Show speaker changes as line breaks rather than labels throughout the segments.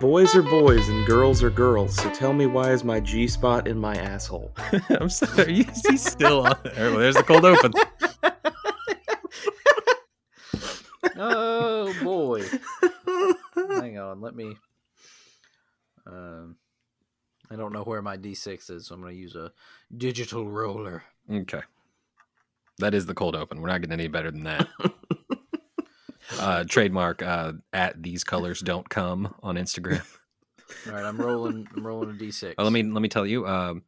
Boys are boys and girls are girls, so tell me why is my G spot in my asshole?
I'm sorry. You see, still on there. Well, there's the cold open.
Oh boy. Hang on, let me. Um, I don't know where my D6 is, so I'm going to use a digital roller.
Okay. That is the cold open. We're not getting any better than that. uh, trademark uh, at these colors don't come on Instagram.
All right, I'm rolling. I'm rolling a D6.
Uh, let me let me tell you. Um,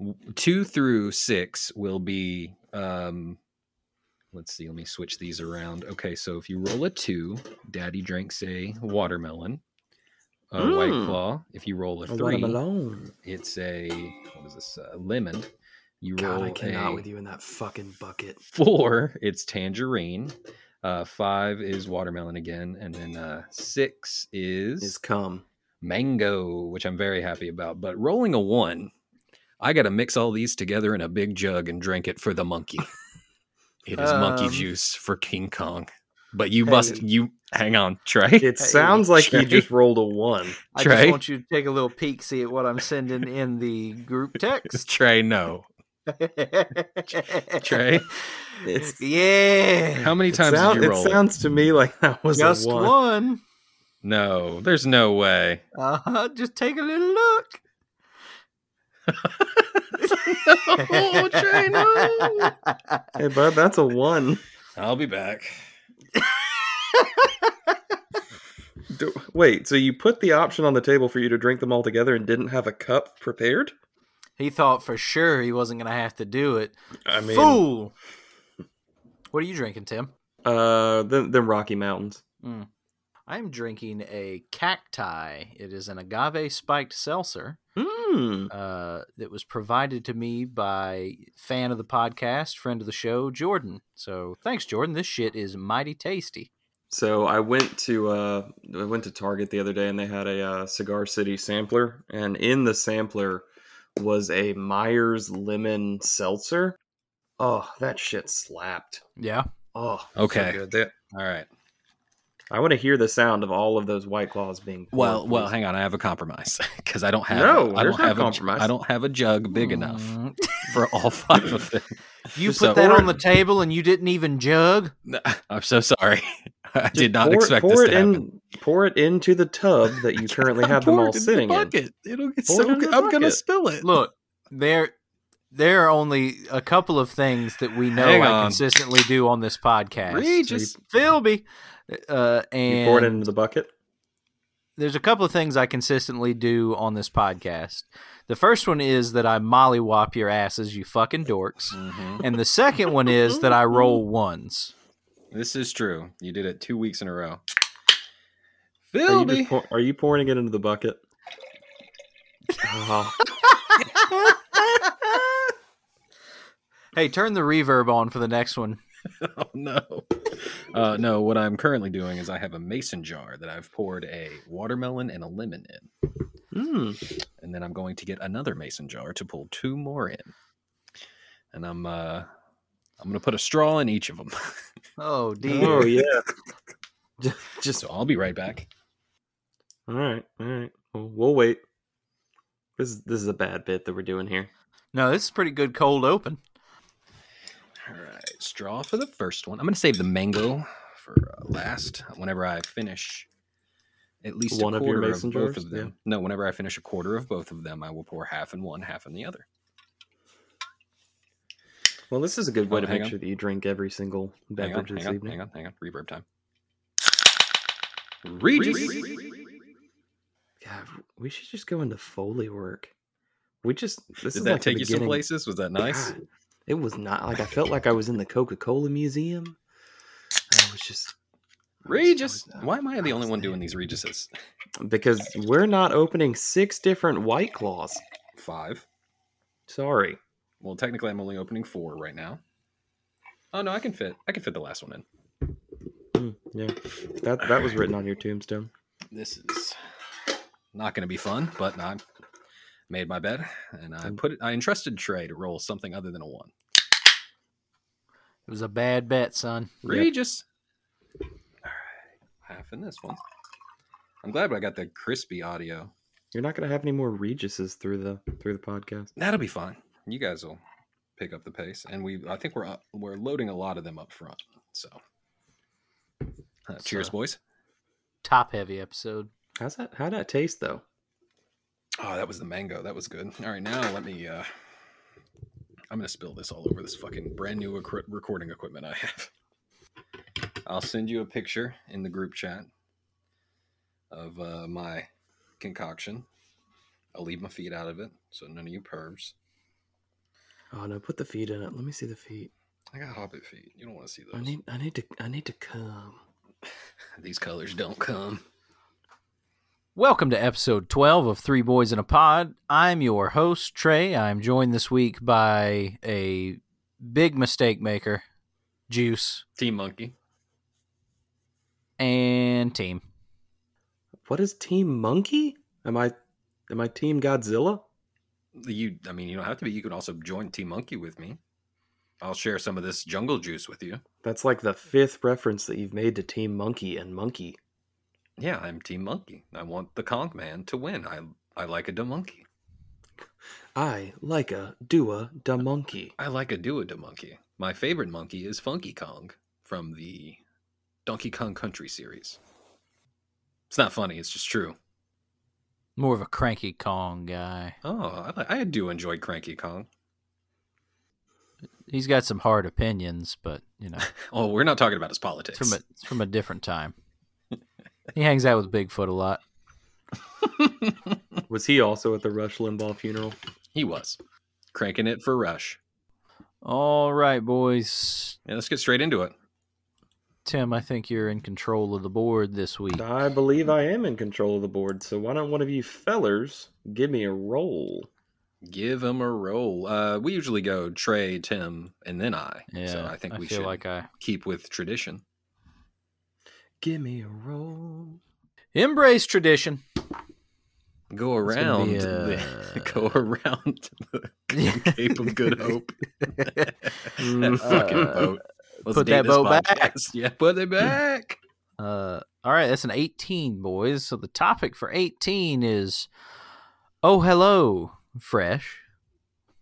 w- two through six will be. Um, let's see. Let me switch these around. Okay, so if you roll a two, Daddy drinks a watermelon, a White
Mm.
Claw. If you roll a
I want
three,
him alone.
it's a what is this? A lemon. You
God,
roll
I cannot
a
with you in that fucking bucket.
four. It's tangerine. Uh, five is watermelon again, and then uh, six
Is come.
mango, which I'm very happy about. But rolling a one, I got to mix all these together in a big jug and drink it for the monkey. It is monkey
Um,
juice for King Kong. But you must,
hey.
you hang on, Trey.
It sounds like
Trey.
he just rolled a one.
I
Trey?
just want you to take a little peek, see at what I'm sending in the group text.
Trey, no. Trey?
It's-
yeah.
How many
It
times
sound-
did you roll?
It sounds to me like that was
just
a
one.
one.
no, there's no way.
Uh-huh, just take a little look.
no, Trey, no.
Hey, bud, that's a one.
I'll be back.
Do- Wait, so you put the option on the table for you to drink them all together and didn't have a cup prepared?
He thought for sure he wasn't going to have to do it.
I mean,
Fool! What are you drinking, Tim?
uh, them, them Rocky Mountains.
I'm drinking a cacti. It is an agave spiked seltzer
Hmm.
uh, that was provided to me by fan of the podcast, friend of the show, Jordan. So thanks, Jordan. This shit is mighty tasty.
So I went to uh, I went to Target the other day and they had a uh, Cigar City sampler, and in the sampler was a Myers Lemon Seltzer. Oh, that shit slapped.
Yeah.
Oh, so
Okay.
good. That-
All right.
I want to hear the sound of all of those white claws being. poured,
Well, well,
please.
hang on. I have a compromise because I don't have.
No,
I
there's
don't
no
have a, ju-
compromise.
I don't have a jug big enough
Mm.
for all five of them.
You put
Just a-
that on the table and you didn't even jug?
No, I'm so sorry. I
Just
did not
pour it-
expect
pour
this
it
to happen.
In, pour it into the tub that you currently have them
Pour
all
it in the
sitting in.
bucket. It'll get
Pour
so
it in
good.
the
I'm gonna
bucket.
spill it.
Look, there there are only a couple of things that we know
Hang
I
on.
consistently do on this podcast.
Regis.
Philby. Uh, and
You pour it into the bucket.
there's a couple of things I consistently do on this podcast. The first one is that I mollywop your asses, you fucking dorks.
Mm-hmm.
And the second one is that I roll ones.
This is true. You did it two weeks in a
Are
row.
you, just
Philby.
pour- are you pouring it into the bucket? Oh,
Hey, turn the reverb on for the next one.
Oh no. Uh, no. What I'm currently doing is I have a mason jar that I've poured a watermelon and a lemon in,
Hmm.
and then I'm going to get another mason jar to pull two more in, and I'm uh, I'm gonna put a straw in each of them.
Oh, dear.
oh yeah.
Just so I'll be right back.
All right, all right. Well, we'll wait. This is this is a bad bit that we're doing here.
No, this is pretty good cold open.
All right, straw for the first one. I'm going to save the mango for uh, last. Whenever I finish at least
One
a
of your
quarter of,
mason
both
jars?
of them. No, whenever I finish a quarter of both of them, I will pour half in one, half in the other.
Well, this is a good way
Oh,
to
hang
make
on.
sure that you drink every single
Hang on,
beverage this
hang on,
evening.
hang on, hang on. Reverb time. Regis.
God, we should just go into foley work. We just this
Did
is
that
like the
take you some
beginning-
places? Was that nice?
God, it was not like I felt like I was in the Coca Cola Museum. I was just I was- I
Regis.
was, uh,
Why am I the
I
only
was
one
there.
doing these Regises?
because we're not opening six different White Claws.
Five.
Sorry.
Well, technically, I'm only opening four right now. Oh no, I can fit. I can fit the last one in.
Mm, yeah, that that was written on your tombstone.
This is not going to be fun, but I made my bed and I put it, I entrusted Trey to roll something other than a one.
It was a bad bet, son.
Regis. All right, half in this one. I'm glad I got the crispy audio.
You're not gonna have any more Regises through the through the podcast.
That'll be fine. You guys will pick up the pace, and we I think we're up, we're loading a lot of them up front. So, Uh, cheers,
So-
boys.
Top heavy episode.
How's that? How'd that taste though?
Oh, that was the mango. That was good. All right, now let me. uh I'm gonna spill this all over this fucking brand new equi- recording equipment I have. I'll send you a picture in the group chat of uh, my concoction. I'll leave my feet out of it, so none of you pervs.
Oh no, put the feet in it. Let me see the feet.
I got hobbit feet. You don't want to see
I
those.
need I need to I need to come.
These colors don't come.
Welcome to episode 12 of Three Boys in a Pod. I'm your host, Trey. I'm joined this week by a big mistake maker, Juice,
Team monkey.
and team.
What is Team Monkey? Am I am I Team Godzilla?
You. I mean, you don't have to be. You can also join Team Monkey with me. I'll share some of this jungle juice with you.
That's like the fifth reference that you've made to Team Monkey and Monkey.
Yeah, I'm Team Monkey. I want the Kong Man to win. I I like a da monkey.
I like a dua da monkey.
I like a do a da monkey. My favorite monkey is Funky Kong from the Donkey Kong Country series. It's not funny. It's just true.
More of a cranky Kong guy.
Oh, I, li- I do enjoy Cranky Kong.
He's got some hard opinions, but, you know,
Oh, we're not talking about his
it's
politics.
from a, it's from a different time. He hangs out with Bigfoot a lot.
Was he also at the Rush Limbaugh funeral?
he was cranking it for Rush.
All right, boys.
Yeah, let's get straight into it.
Tim, I think you're in control of the board this week.
I believe I am in control of the board, so why don't one of you fellers give me a roll?
Give him a roll. Uh, we usually go Trey, Tim, and then I.
Yeah,
so I think we
feel
should
like I
keep with tradition.
Give me a roll.
embrace tradition.
go
It's gonna
around
be,
the,
uh,
go around the Cape of Good Hope. that
Mm.
fucking
Uh,
boat. Let's
put
date
that
this
boat back.
podcast. Yeah, put
Mm.
it back.
Uh, all right, that's an 18, boys. So the topic for 18 is Oh, hello, fresh.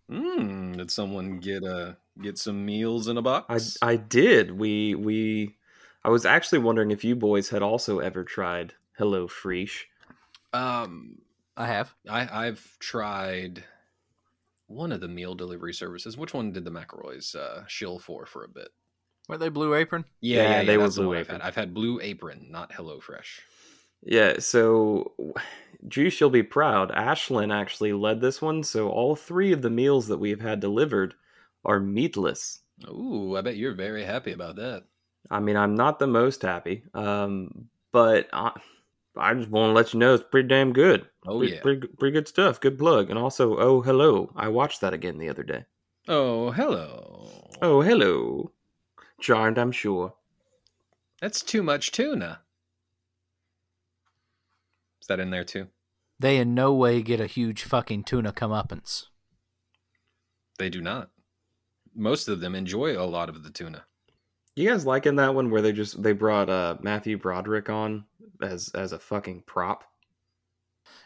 Mm, did someone get a get some meals in a
I
box?
I did. We we I was actually wondering if you boys had also ever tried Hello Fresh.
um,
I have.
I I've tried one of the meal delivery services. Which one did the McElroys uh, shill for for a bit?
Were they blue apron?
Yeah,
Yeah, they were
that's the
Blue
one I've
Apron.
had. I've had Blue Apron, not HelloFresh.
Yeah, so Juice, you'll be proud. Ashlyn actually led this one, so all three of the meals that we've had delivered are meatless.
Ooh, I bet you're very happy about that.
I mean, I'm not the most happy, um, but I, I just want to let you know it's pretty damn good.
Oh
pretty,
yeah.
pretty, pretty good stuff. Good plug. And also, oh hello, I watched that again the other day.
Oh hello.
Oh hello, charmed, I'm sure.
That's too much tuna. Is that in there too?
They in no way get a huge fucking tuna comeuppance.
They do not. Most of them enjoy a lot of the tuna.
You guys liking that one where they just they brought uh, Matthew Broderick on as as a fucking prop?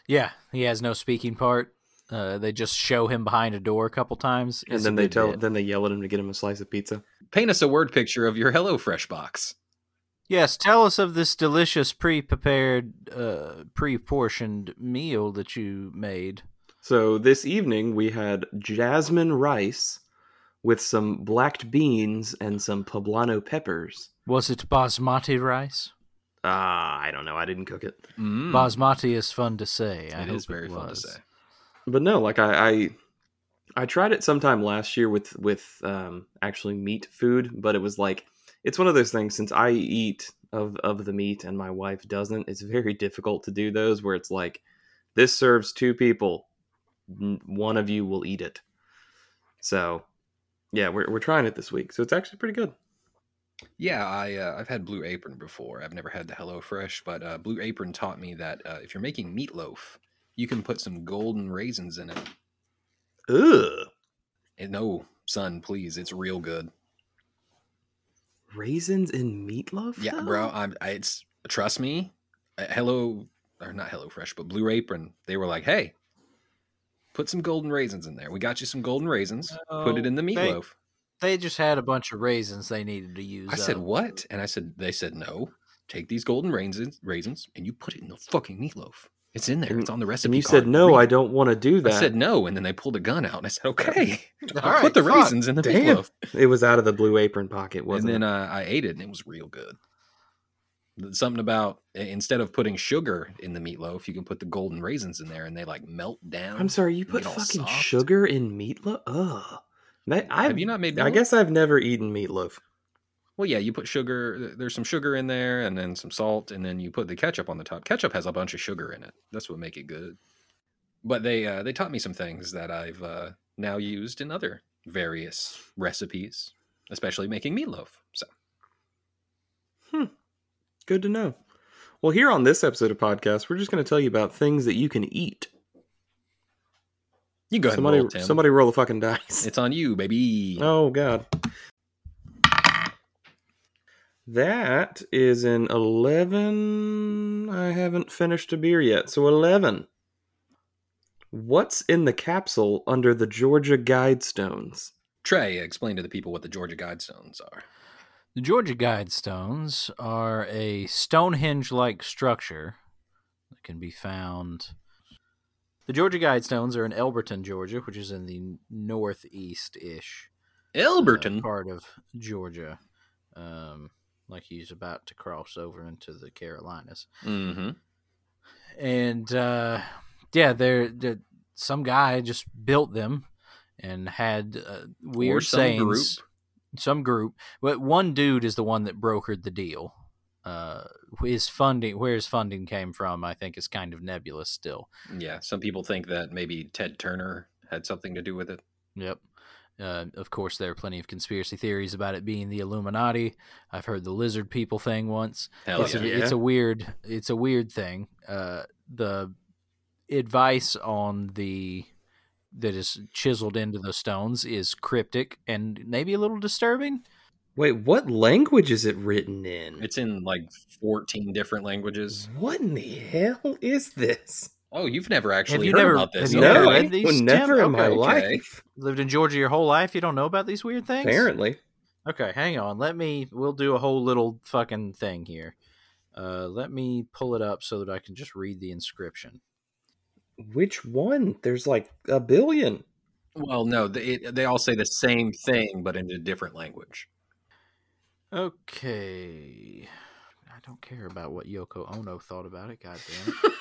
Yeah, he has no speaking part. Uh, they just show him behind a door a couple times.
and
It's
then
a
they
good
tell
bit.
then they yell at him to get him a slice of pizza.
Paint us a word picture of your HelloFresh box.
Yes, tell us of this delicious pre-prepared, uh, pre-portioned meal that you made.
So this evening we had jasmine rice with some blacked beans and some poblano peppers.
Was it basmati rice?
Ah, I don't know. I didn't cook it.
Mm.
Basmati is fun to say. I
it is
hope
very fun to
was.
say.
but no like i i i tried it sometime last year with with um actually meat food but it was like it's one of those things since i eat of of the meat and my wife doesn't it's very difficult to do those where it's like this serves two people N- one of you will eat it so yeah we're, we're trying it this week so it's actually pretty good
Yeah, I uh, I've had Blue Apron before. I've never had the HelloFresh, but uh, Blue Apron taught me that uh, if you're making meatloaf, you can put some golden raisins in it.
Ugh.
And no, son, please, it's real good.
Raisins in meatloaf?
Yeah,
though?
bro. I'm. I, it's trust me. uh, Hello, or not Hello Fresh, but Blue Apron. They were like, "Hey, put some golden raisins in there. We got you some golden raisins. put it in the meatloaf."
They just had a bunch of raisins they needed to use.
I said,
up.
"What?" And I said, "They said no. Take these golden raisins, raisins, and you put it in the fucking meatloaf. It's in there.
And-
It's on the
Oh.
recipe."
And you said
card.
no,
Read
I
it."
don't want to do
I
that.
said no, and then they pulled a gun out, and I said, "Okay,
All
I'll
right,
put the
fuck.
raisins in the
Damn.
meatloaf."
It was out of the blue apron pocket,
and
wasn't
then
it?
uh, I ate it, and it was real good. Th- Something about i- instead of putting sugar in the meatloaf, you can put the golden raisins in there, and they like melt down.
I'm sorry, you
you
put
get all
fucking
soft.
sugar in meatloaf? Ugh. That, I've,
Have you not made?
I
meatloaf?
guess I've never eaten meatloaf.
Well, yeah, you put sugar. th- There's some sugar in there, and then some salt, and then you put the ketchup on the top. Ketchup has a bunch of sugar in it. That's what make it good. But they uh, they taught me some things that I've uh, now used in other various recipes, especially making meatloaf. So
Good to know. Well, here on this episode of podcast, we're just going to tell you about things that you can eat.
you go ahead
Somebody,
and roll, Tim.
somebody roll the fucking dice.
It's on you, baby.
Oh god. That is an 11. I haven't finished a beer yet. So 11. What's in the capsule under the Georgia Guidestones?
Trey, explain to the people what the Georgia Guidestones are.
The Georgia Guidestones are a Stonehenge like structure that can be found. The Georgia Guidestones are in Elberton, Georgia, which is in the northeast ish
Elberton.
part of Georgia. Um, like he's about to cross over into the Carolinas.
Mm-hmm.
and uh, yeah, they're, they're some guy just built them and had uh, weird
some
sayings. Some group, but one dude is the one that brokered the deal. Uh, his funding, where his funding came from, I think is kind of nebulous still.
Yeah, some people think that maybe Ted Turner had something to do with it.
Yep. Uh, of course, there are plenty of conspiracy theories about it being the Illuminati. I've heard the lizard people thing once.
Hell
Yes,
Oh, yeah.
it's, a, it's a weird it's a weird thing uh the advice on the that is chiseled into the stones is cryptic and maybe a little disturbing
Wait, what language is it written in?
It's in like 14 different languages.
what in the hell is this?
Oh, you've never actually
you
heard
never-
about this.
have you
okay.
never read these,
never
Tim?
in my
Okay,
okay.
life.
lived in georgia your whole life you don't know about these weird things
Apparently.
okay hang on let me we'll do a whole little fucking thing here uh let me pull it up so that i can just read the inscription
Which one? There's like a billion.
Well, no, they, it, they all say the same thing, but in a different language.
okay i don't care about what yoko ono thought about it god damn it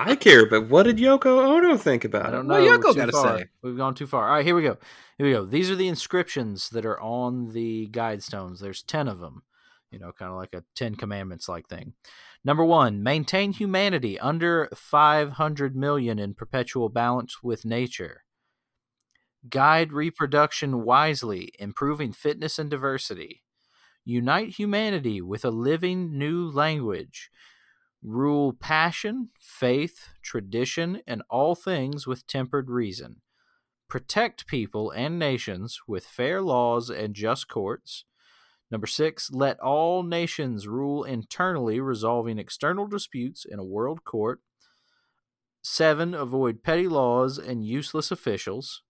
I care, but what did Yoko Ono think about
I
it?
don't know.
Well,
We're
Yoko
too
gotta
far.
say.
We've gone too far. All right, here we go. Here we go. These are the inscriptions that are on the guide stones. There's 10 of them, you know, kind of like a 10 commandments like thing. Number one, maintain humanity under 500 million in perpetual balance with nature. Guide reproduction wisely, improving fitness and diversity. Unite humanity with a living new language rule passion, faith, tradition, and all things with tempered reason. Protect people and nations with fair laws and just courts. Number six, let all nations rule internally, resolving external disputes in a world court. Seven, avoid petty laws and useless officials.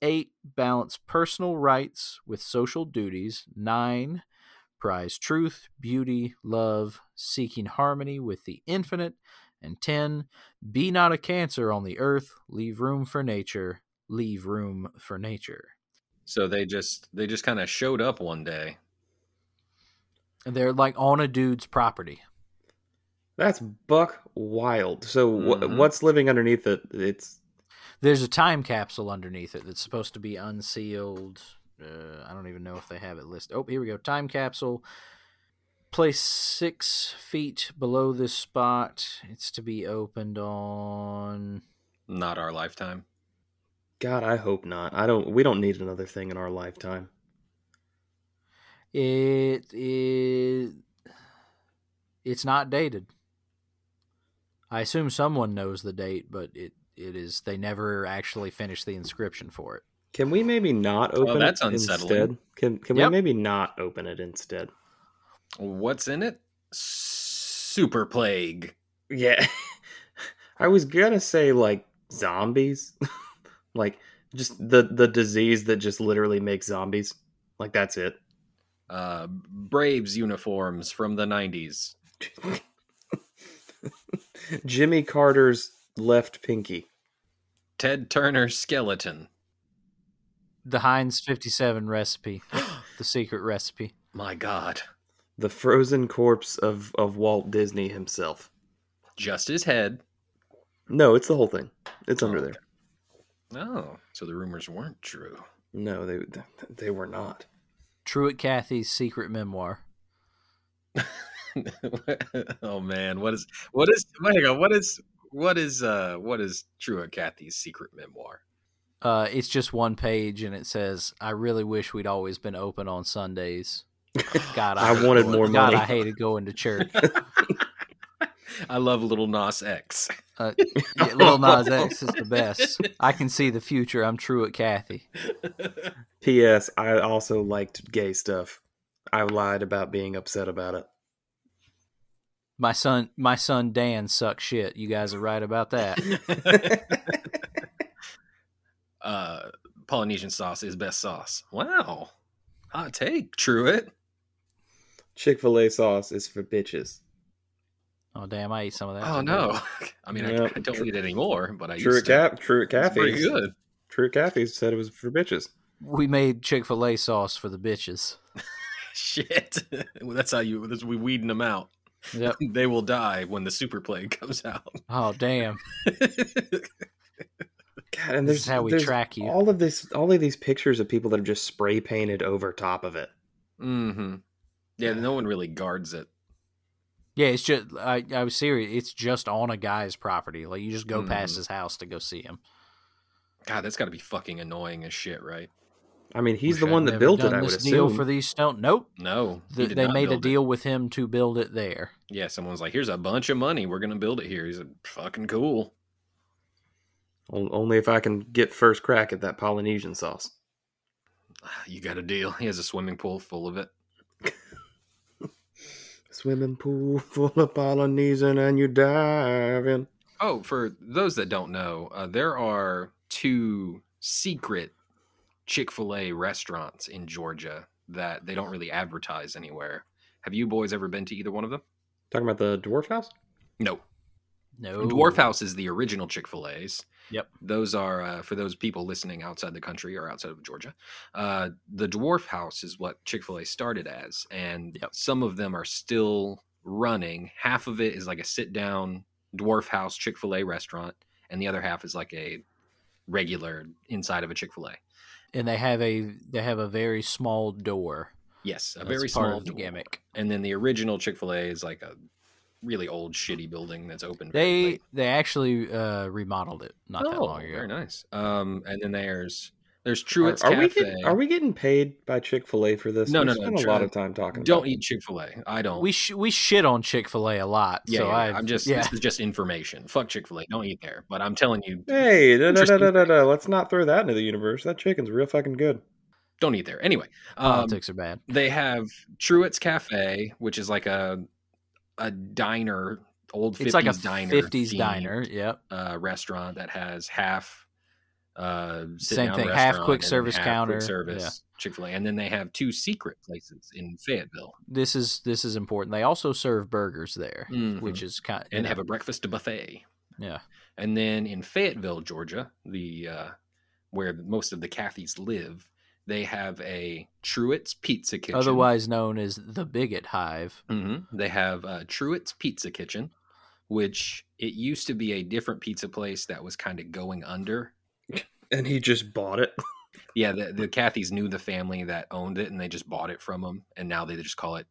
Eight, balance personal rights with social duties. Nine, prize truth, beauty, love, seeking harmony with the infinite, and 10. Be not a cancer on the earth, leave room for nature, leave room for nature.
So they just they just kind of showed up one day.
And they're like on a dude's property.
That's buck wild. So wh-
Mm-hmm.
Mhm.
what's living underneath it? It's
There's a time capsule underneath it that's supposed to be unsealed. Uh, I don't even know if they have it listed. Oh, here we go. Time capsule. Place six feet below this spot. It's to be opened on.
Not our lifetime.
God. I hope not. I don't. We don't need another thing in our lifetime.
It is. It's not dated. I assume someone knows the date, but it it is. They never actually finished the inscription for it.
Can we maybe not open
that's
it
unsettling.
instead? Can can
Yep.
we maybe not open it instead?
What's in it? Super plague.
Yeah. I was gonna say like zombies. like just the the disease that just literally makes zombies. Like that's it.
Uh, Braves uniforms from the 90s.
Jimmy Carter's left pinky.
Ted Turner skeleton.
The Heinz fifty seven recipe, the secret recipe.
My God.
The frozen corpse of, of Walt Disney himself.
Just his head.
No, it's the whole thing. It's under there.
Oh, so the rumors weren't true.
No, they they were not.
Truett Cathy's secret memoir.
oh man, what is what is hang on, what is what is uh what is Trua Cathy's secret memoir?
Uh, it's just one page, and it says, "I really wish we'd always been open on Sundays." God, I,
I
hate
wanted
going-
more
God,
money.
I hated going to church.
I love Little Nas X.
Yeah, Lil Nas X is the best. I can see the future. I'm Truett Cathy.
P.S. I also liked gay stuff. I lied about being upset about it.
My son, my son Dan sucks shit. You guys are right about that.
uh Polynesian sauce is best sauce. Wow. Hot take, Truett.
Chick Fil A sauce is for bitches.
Oh damn, I ate some of that.
Oh
today.
no. I mean I,
Yep.
I don't eat it anymore, but I
True
used
at
to.
Cap, True at
It's pretty
Caffey's.
good.
True at Caffey's said it was for bitches.
we made Chick Fil A sauce for the bitches.
Shit. Well, that's how you that's, we weeding them out.
Yep.
They will die when the super plague comes out.
Oh damn,
God, and
this is
there's
how we
there's
track you.
All of this, all of these pictures of people that are just spray painted over top of it.
Mm-hmm. Yeah, no one really guards it.
Yeah, it's just I, I was serious. It's just on a guy's property. Like you just go past
Mhm.
his house to go see him.
God, that's got to be fucking annoying as shit, right?
I mean, he's
Wish
the
I'd
one that
never
built it.
done
I would
this deal
assume.
for these stone. Nope,
No, he
Th
did
they
not
made a
build it.
deal with him to build it there.
Yeah, someone's like, "Here's a bunch of money. We're gonna build it here." He's like, "Fucking cool."
O- Only if I can get first crack at that Polynesian sauce.
You got a deal. He has a swimming pool full of it.
Swimming pool full of Polynesian, and you dive in.
Oh, for those that don't know, uh, there are two secret Chick Fil A restaurants in Georgia that they don't really advertise anywhere. Have you boys ever been to either one of them?
Talking about the dwarf house.
No.
No
Dwarf House is the original Chick Fil A's.
Yep.
Those are uh, for those people listening outside the country or outside of Georgia. Uh, the Dwarf House is what Chick Fil A started as, and
Yep.
some of them are still running. Half of it is like a sit down Dwarf House Chick Fil A restaurant, and the other half is like a regular inside of a Chick Fil A.
and they have a they have a very small door.
Yes, a
That's
very
part
small
of the
door.
gimmick.
And then the original Chick Fil A is like a really old, shitty building that's open. very late.
They they actually uh, remodeled it not that long ago.
Oh, Very nice. Um, and then there's there's
Are,
Truett's
are
Cafe.
we getting, are we getting paid by Chick Fil A for this?
No,
We
no, no,
spent a
Tru-
lot of time talking.
Don't
about
eat Chick Fil A. I don't.
We sh- we shit on Chick Fil A a lot.
yeah,
so
yeah,
I,
I'm just.
yeah.
This is just information. Fuck Chick Fil A. Don't eat there. But I'm telling you,
it. Hey, da, da, da,
Interesting.
da, da, da. let's not throw that into the universe. That chicken's real fucking good.
don't eat there. Anyway, um,
Politics are bad.
they have Truett's Cafe, which is like a a diner, old 50s
It's like a
diner,
fifties
themed,
diner. Yep.
uh, restaurant that has half. Uh,
Same
sit-down
thing, half
restaurant
quick
and then
service
half
counter,
quick service Chick Fil A, and then they have two secret places in Fayetteville,
This is this is important. They also serve burgers there,
Mhm.
which is kind
and have a breakfast buffet.
yeah.
And then in Fayetteville, Georgia, the uh, where most of the Cathys live, they have a Truett's Pizza Kitchen.
Otherwise known as the Bigot Hive.
Mhm. they have uh, Truett's Pizza Kitchen, which it used to be a different pizza place that was kind of going under.
And he just bought it.
Yeah, the, the Cathys knew the family that owned it, and they just bought it from them, and now they just call it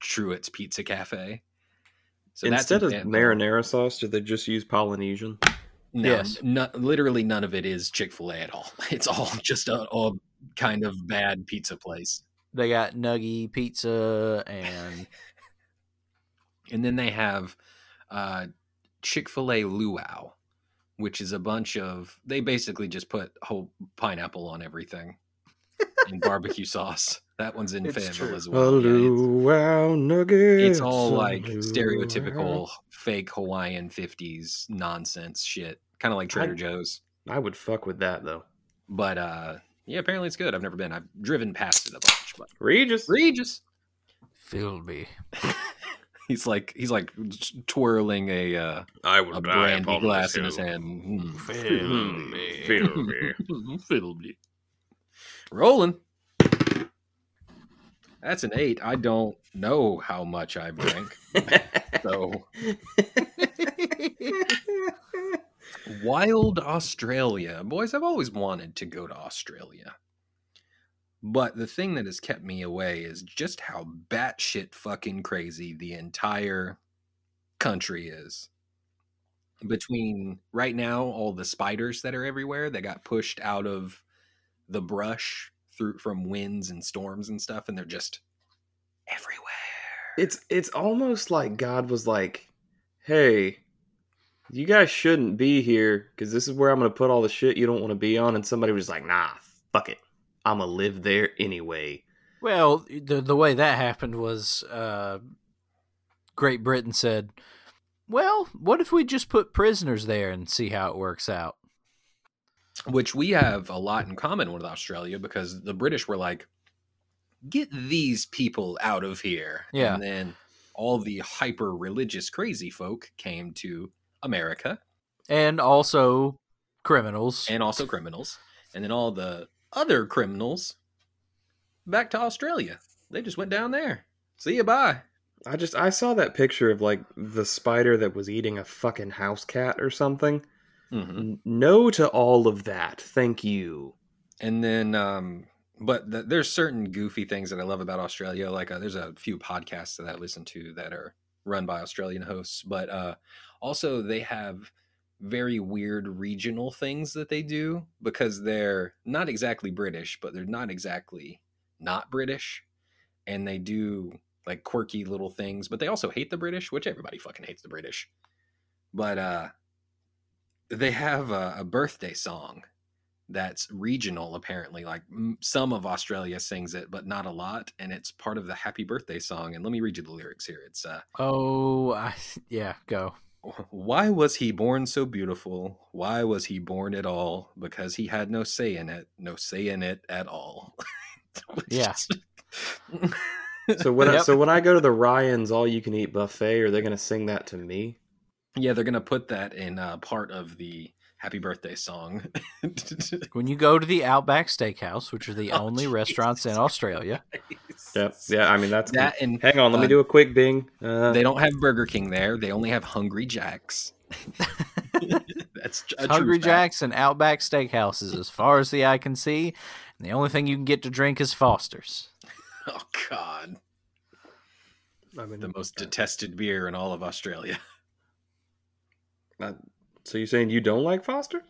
Truett's Pizza Cafe. So that's in
Instead of
Fayetteville.
marinara sauce, do they just use Polynesian?
No,
Yes.
no- literally none of it is Chick Fil A at all. It's all just a, a kind of bad pizza place.
They got nuggy pizza and
And then they have uh, Chick fil A Luau, which is a bunch of, they basically just put whole pineapple on everything and barbecue sauce. That one's in
It's
Fayetteville
true.
as well. Yeah, it's-
Luau nuggets.
it's all
a
like
luau.
stereotypical fake Hawaiian 50s nonsense shit, kind of like Trader Joe's.
I would fuck with that though.
But uh, yeah, apparently it's good. I've never been. I've driven past it a bunch, but
Regis.
egregious.
filled me.
He's like he's like twirling a uh,
I
a brandy glass in his hand.
Hmm.
Mm. Fiddle me. Rolling. That's an eight. I don't know how much I drank. so Wild Australia. Boys, I've always wanted to go to Australia. But the thing that has kept me away is just how batshit fucking crazy the entire country is. Between right now, all the spiders that are everywhere that got pushed out of the brush through from winds and storms and stuff, and they're just everywhere.
It's it's almost like God was like, "Hey, you guys shouldn't be here because this is where I'm going to put all the shit you don't want to be on." And somebody was just like, "Nah, fuck it, I'm gonna live there anyway."
Well, the the way that happened was uh, Great Britain said, "Well, what if we just put prisoners there and see how it works out?"
which we have a lot in common with Australia because the British were like, get these people out of here.
Yeah.
And then all the hyper religious crazy folk came to America
And also criminals.
and also criminals. And then all the other criminals back to Australia. They just went down there. See you bye.
I just I saw that picture of like the spider that was eating a fucking house cat or something.
Mm-hmm.
N- No to all of that. Thank you.
and then um but th there's certain goofy things that i love about australia like uh, there's a few podcasts that i listen to that are run by australian hosts but uh also they have very weird regional things that they do because they're not exactly british but they're not exactly not british and they do like quirky little things but they also hate the british which everybody fucking hates the british but uh they have a, a birthday song that's regional apparently like m- some of australia sings it but not a lot and it's part of the happy birthday song and let me read you the lyrics here it's uh
oh, I, yeah, go.
why was he born so beautiful why was he born at all because he had no say in it no say in it at all Which
Yeah.
is-
So when I,
Yep.
so when I go to the Ryan's all you can eat buffet, are they going to sing that to me?
yeah they're gonna put that in uh, part of the happy birthday song
When you go to the Outback Steakhouse, which are the
Oh,
only restaurants in
Jesus
Australia,
Yep. Yeah. I mean that's
that and
Hang on. Let me
Uh,
do a quick bing. Uh,
They don't have Burger King there. They only have Hungry Jacks. That's a true
Hungry
fact.
Jacks and Outback Steakhouses, as far as the eye can see, and the only thing you can get to drink is Foster's.
Oh God,
I mean,
the most detested beer in all of Australia.
so you're saying you don't like Foster?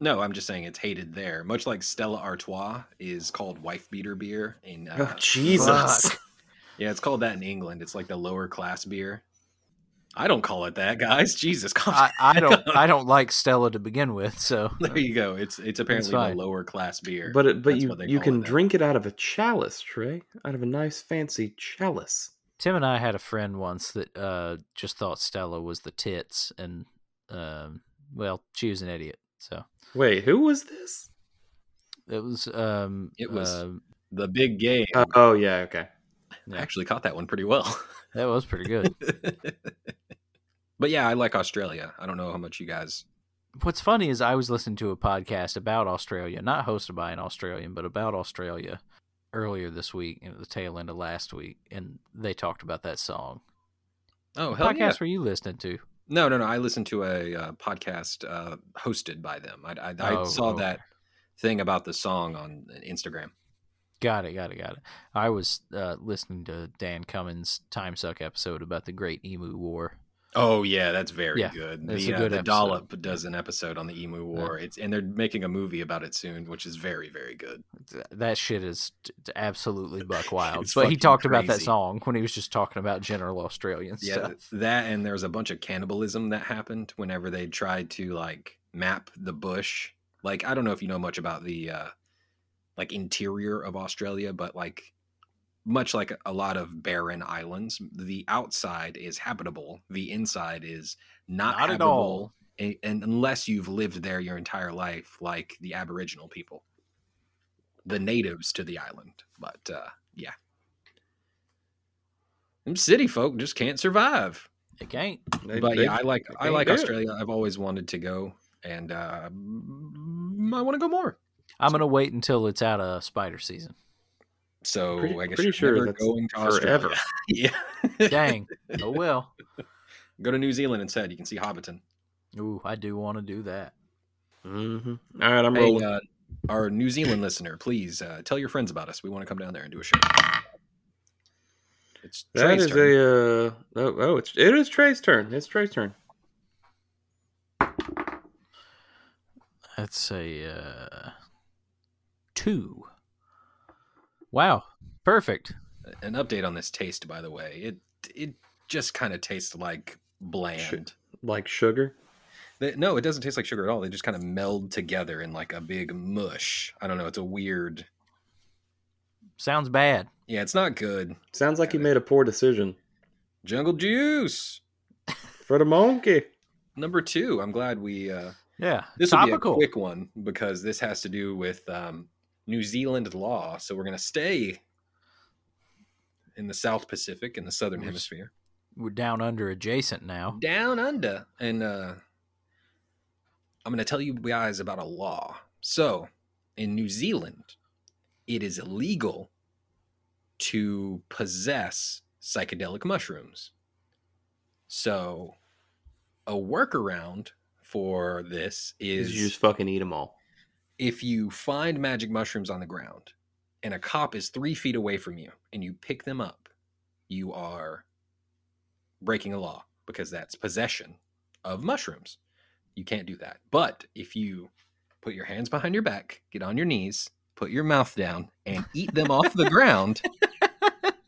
No, I'm just saying it's hated there. Much like Stella Artois is called wife beater beer in.
Oh,
Uh,
Oh, Jesus.
yeah, it's called that in England. It's like the lower class beer. I don't call it that, guys. Jesus, come
I, I don't, I don't like Stella to begin with, so
there you go. It's it's apparently the
fine.
lower class beer.
But it, but
That's
you
what they
you
call
can
it there.
drink it out of a chalice, Trey. Out of a nice fancy chalice.
Tim and I had a friend once that uh, just thought Stella was the tits, and um, well, she was an idiot. So
Wait, who was this?
it was. Um,
It was-
um,
the big game.
Uh, oh yeah, okay.
I actually caught that one pretty well.
that was pretty good.
but yeah, I like Australia. I don't know how much you guys.
What's funny is I was listening to a podcast about Australia, not hosted by an Australian, but about Australia earlier this week, and at the tail end of last week, and they talked about that song.
Oh
What
hell
podcast
yeah!
were you listening to?
No, no, no. I listened to a uh, podcast uh, hosted by them. I, I, I
Oh,
saw
okay.
that thing about the song on Instagram.
Got it, got it, got it. I was uh, listening to Dan Cummins' Time Suck episode about the Great Emu War.
Oh yeah, that's very
Yeah,
good.
that's
the
a
uh,
good
the
episode.
dollop does an episode on the Emu War. It's and they're making a movie about it soon, which is very very good.
Th- That shit is t- t- absolutely buck wild.
It's
but he
fucking
talked about that
crazy.
song when he was just talking about general Australian
Yeah,
stuff.
th- that and there was a bunch of cannibalism that happened whenever they tried to like map the bush. Like I don't know if you know much about the uh like interior of Australia, but like much like a lot of barren islands, the outside is habitable, the inside is not,
Not at
habitable,
all.
a- and unless you've lived there your entire life, like the Aboriginal people, the natives to the island. But uh, yeah, them city folk just can't survive.
It can't.
They-
but
they-
yeah, I like
they
I
can't
like
do it.
Australia. I've always wanted to go, and uh, mm, I want to go more.
I'm gonna wait until it's out of spider season.
So
Pretty-
I guess
pretty
you're
sure
never
that's
going to
forever.
Australia. yeah,
Dang. oh well.
go to New Zealand instead. You can see Hobbiton.
Ooh, I do want to do that.
hmm All right, I'm
Hey,
rolling.
uh, our New Zealand listener, please uh, tell your friends about us. We want to come down there and do a show. It's
that
Trey's
is
turn.
a uh, oh, oh it's it is Trey's turn. It's Trey's turn.
That's a uh, two. Wow, perfect.
an update on this taste, by the way. It it just kind of tastes like bland.
Like sugar.
They- no, it doesn't taste like sugar at all. They just kind of meld together in like a big mush. I don't know. It's a weird.
Sounds bad.
Yeah, it's not good.
Sounds like
Got
you
it.
made a poor decision
Jungle Juice
for the monkey.
number two. I'm glad we. Uh,
Yeah,
this will be a
topical.
quick one because this has to do with um, New Zealand law. So we're going to stay in the South Pacific in the Southern
Yes.
Hemisphere,
We're down under adjacent now.
down under, and uh, I'm going to tell you guys about a law. So in New Zealand, it is illegal to possess psychedelic mushrooms. So a workaround for this is
you just fucking eat them all.
if you find magic mushrooms on the ground and a cop is three feet away from you and you pick them up, you are breaking a law because that's possession of mushrooms. You can't do that. But if you put your hands behind your back, get on your knees, put your mouth down, and eat them off the ground,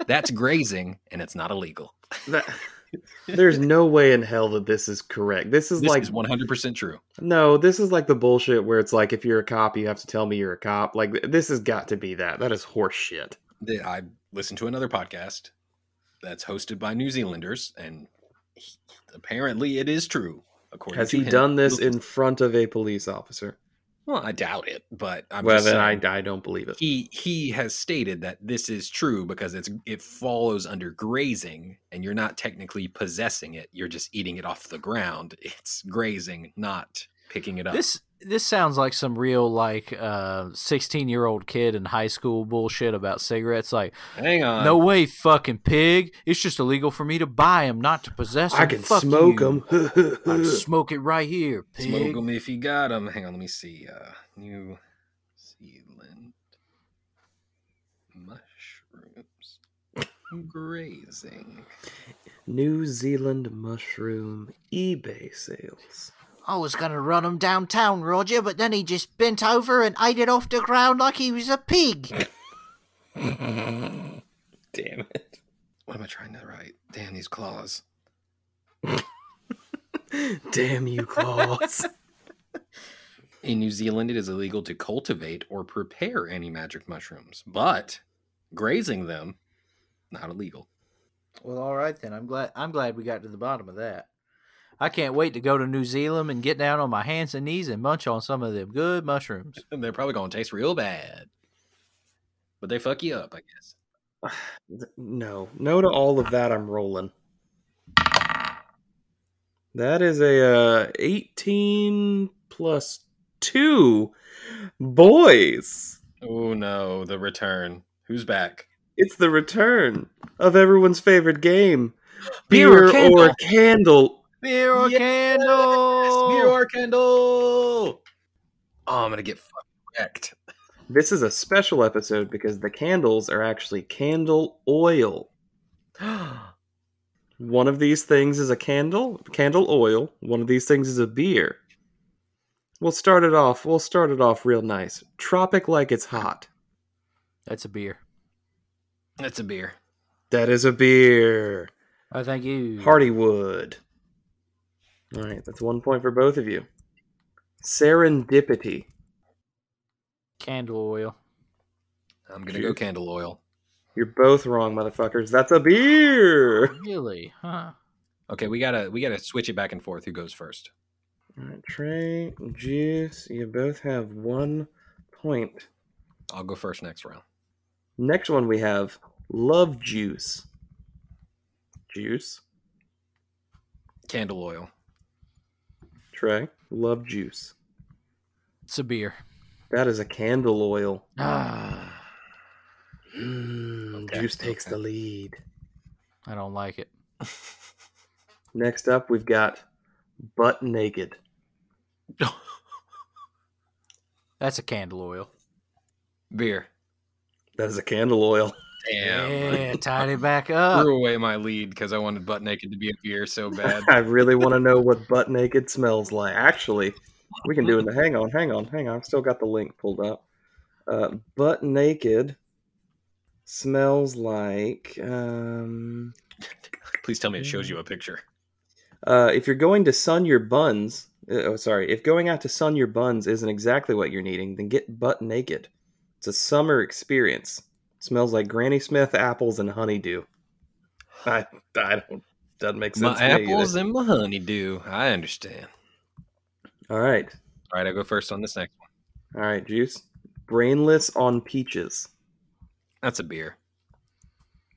that's grazing and it's not illegal.
That, there's no way in hell that this is correct. This is
This
like
is 100% true.
no, this is like the bullshit where it's like if you're a cop, you have to tell me you're a cop. Like th- this has got to be that. That is horse shit.
that I listened to another podcast that's hosted by New Zealanders, and he- apparently it is true. According
Has
to
he
him.
done this in front of a police officer?
Well, I doubt it, but I'm
well,
just
then I,
saying,
I don't believe it.
he he has stated that this is true because it's it follows under grazing, and you're not technically possessing it; you're just eating it off the ground. It's grazing, not picking it up.
This this sounds like some real like uh sixteen year old kid in high school bullshit about cigarettes. Like,
Hang on,
no way, fucking pig! It's just illegal for me to buy them, not to possess them.
I can smoke them.
I smoke it right here, pig.
Smoke 'em if you got 'em. Hang on, let me see. Uh, New Zealand mushrooms grazing.
New Zealand mushroom eBay sales.
I was going to run him downtown, Roger, but then he just bent over and ate it off the ground like he was a pig.
Damn it.
What am I trying to write? Damn these claws.
Damn you, Claus.
In New Zealand, it is illegal to cultivate or prepare any magic mushrooms, but grazing them not illegal.
Well, all right then. I'm glad. I'm glad we got to the bottom of that. I can't wait to go to New Zealand and get down on my hands and knees and munch on some of them good mushrooms.
And they're probably going to taste real bad, but they fuck you up, I guess.
no, no to all of that. I'm rolling. That is a uh, 18 plus two boys.
Oh no, the return. Who's back?
It's the return of everyone's favorite game, beer,
Beer or
or, candle.
Beer or
Yes,
candle.
Yes, Beer or Kendall. Oh, I'm gonna get fucking wrecked.
This is a special episode because the candles are actually candle oil. One of these things is a candle, candle oil. One of these things is a beer. We'll start it off. We'll start it off real nice. Tropic like it's hot.
That's a beer.
That's a beer.
That is a beer.
I thank you.
Hardywood. All right, that's one point for both of you. Serendipity.
Candle oil.
I'm gonna go
Cheers.
candle oil.
You're both wrong, motherfuckers. That's a beer.
Really? Huh?
Okay, we gotta we gotta switch it back and forth. Who goes first?
All right, Trey, Juice, you both have one point.
I'll go first next round.
Next one we have Love Juice. Juice,
Candle oil.
Trey, Love Juice.
It's a beer.
That is a candle oil.
Ah,
Mm,
Okay,
Juice takes
okay.
the lead.
I don't like it.
Next up, we've got Butt Naked.
That's a candle oil.
Beer.
That is a candle oil.
Yeah, tied it back
I
up.
threw away my lead because I wanted butt naked to be a beer so bad.
I really want to know what butt naked smells like. Actually, we can do it. in the- Hang on, hang on, hang on. I've still got the link pulled up. Uh, butt naked smells like. Um,
Please tell me it shows you a picture.
uh, if you're going to sun your buns, uh, oh, sorry, if going out to sun your buns isn't exactly what you're needing, then get butt naked. It's a summer experience. smells like Granny Smith apples and honeydew. I, I don't. Doesn't make sense.
my
to me either.
apples and my honeydew. I understand.
All right.
All right, I go first on this next one.
All right, Juice. Brainless on peaches.
That's a beer.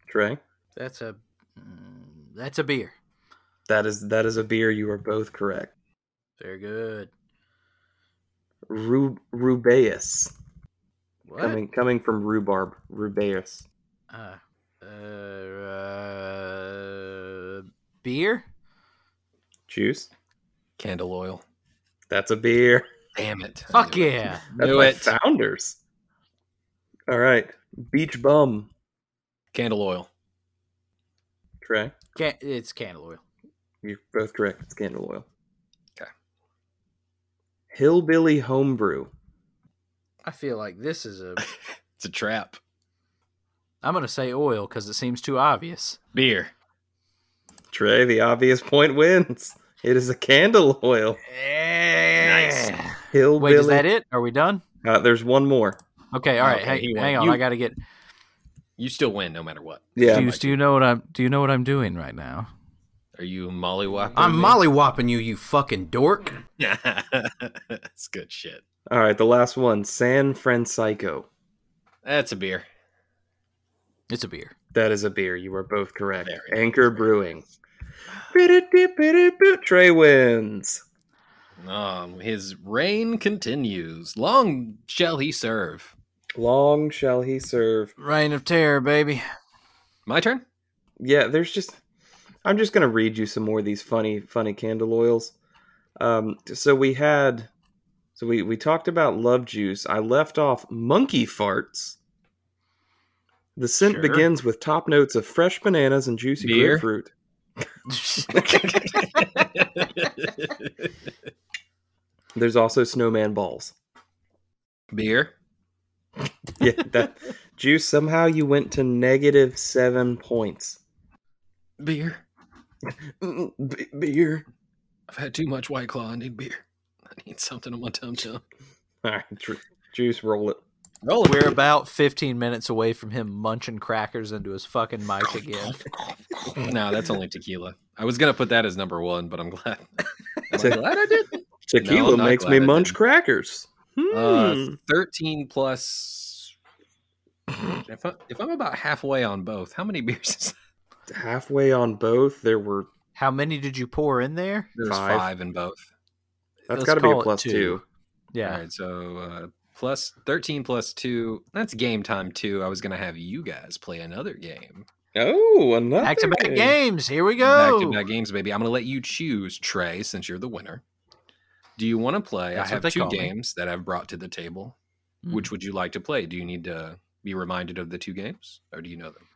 Trey,
That's a mm, that's a beer.
that is that is a beer. You are both correct.
Very good.
Ru- rubaeus
What?
coming coming from rhubarb. Rubaeus.
Uh, uh, uh, beer.
Juice.
Candle oil.
That's a beer.
Damn it. I
Fuck
knew it.
yeah!
That's
Knew
my
it.
founders. All right, beach bum.
Candle oil.
Trey,
Can- it's candle oil.
you're both correct. It's candle oil.
Okay.
Hillbilly homebrew.
I feel like this is a.
It's a trap.
I'm gonna say oil because it seems too obvious.
Beer.
Trey, the obvious point wins. It is a candle oil.
Nice.
Hillbilly.
Wait, is that it? Are we done?
Uh, there's one more.
Okay, all right.
Okay,
hang,
he won.
hang on,
You-
I gotta get.
You still win no matter what.
Yeah,
Juice, do you know what I'm? Do you know what I'm doing right now?
Are you Molly Whopper?
I'm mollywopping you, you fucking dork.
That's good shit.
All right, the last one, San Francisco.
That's a beer.
It's a beer.
That is a beer. You are both correct.
There it is.
Anchor Brewing. Bididibidibid- Trey wins.
Um, his reign continues. Long shall he serve.
Long shall he serve.
Reign of Terror, baby.
My turn?
Yeah, there's just. I'm just gonna read you some more of these funny, funny candle oils. Um, so we had, so we we talked about love juice. I left off monkey farts. The scent
Sure.
begins with top notes of fresh bananas and juicy
Beer.
grapefruit. There's also snowman balls.
beer.
yeah, that juice. Somehow you went to negative seven points.
Beer.
Mm, b- beer.
I've had too much white claw. I need beer. I need something on my tum tum.
All right, Ju- juice. Roll it.
Roll
Oh, We're about 15 minutes away from him munching crackers into his fucking mic again.
no, that's only tequila. I was gonna put that as number one, but I'm glad. Am I
Te-
glad I did.
Tequila
I'm not
makes
glad
me
I
munch
didn't.
crackers.
Uh,
Hmm.
Thirteen plus. If, I, if I'm about halfway on both, how many beers is that?
Halfway on both, there were.
How many did you pour in there?
There's
Five.
five. in both.
That's
Let's
got to be a
call it
plus
two.
two.
Yeah.
All right, so uh, plus thirteen plus two. That's game time two. I was gonna have you guys play another game.
Oh, another
Back to back
game.
games. Here we
Back
go.
to back games, baby. I'm gonna let you choose, Trey, since you're the winner. Do you want to play?
That's
I
what they
have two
call me.
games that I've brought to the table.
Mm.
Which would you like to play? Do you need to be reminded of the two games, or do you know them?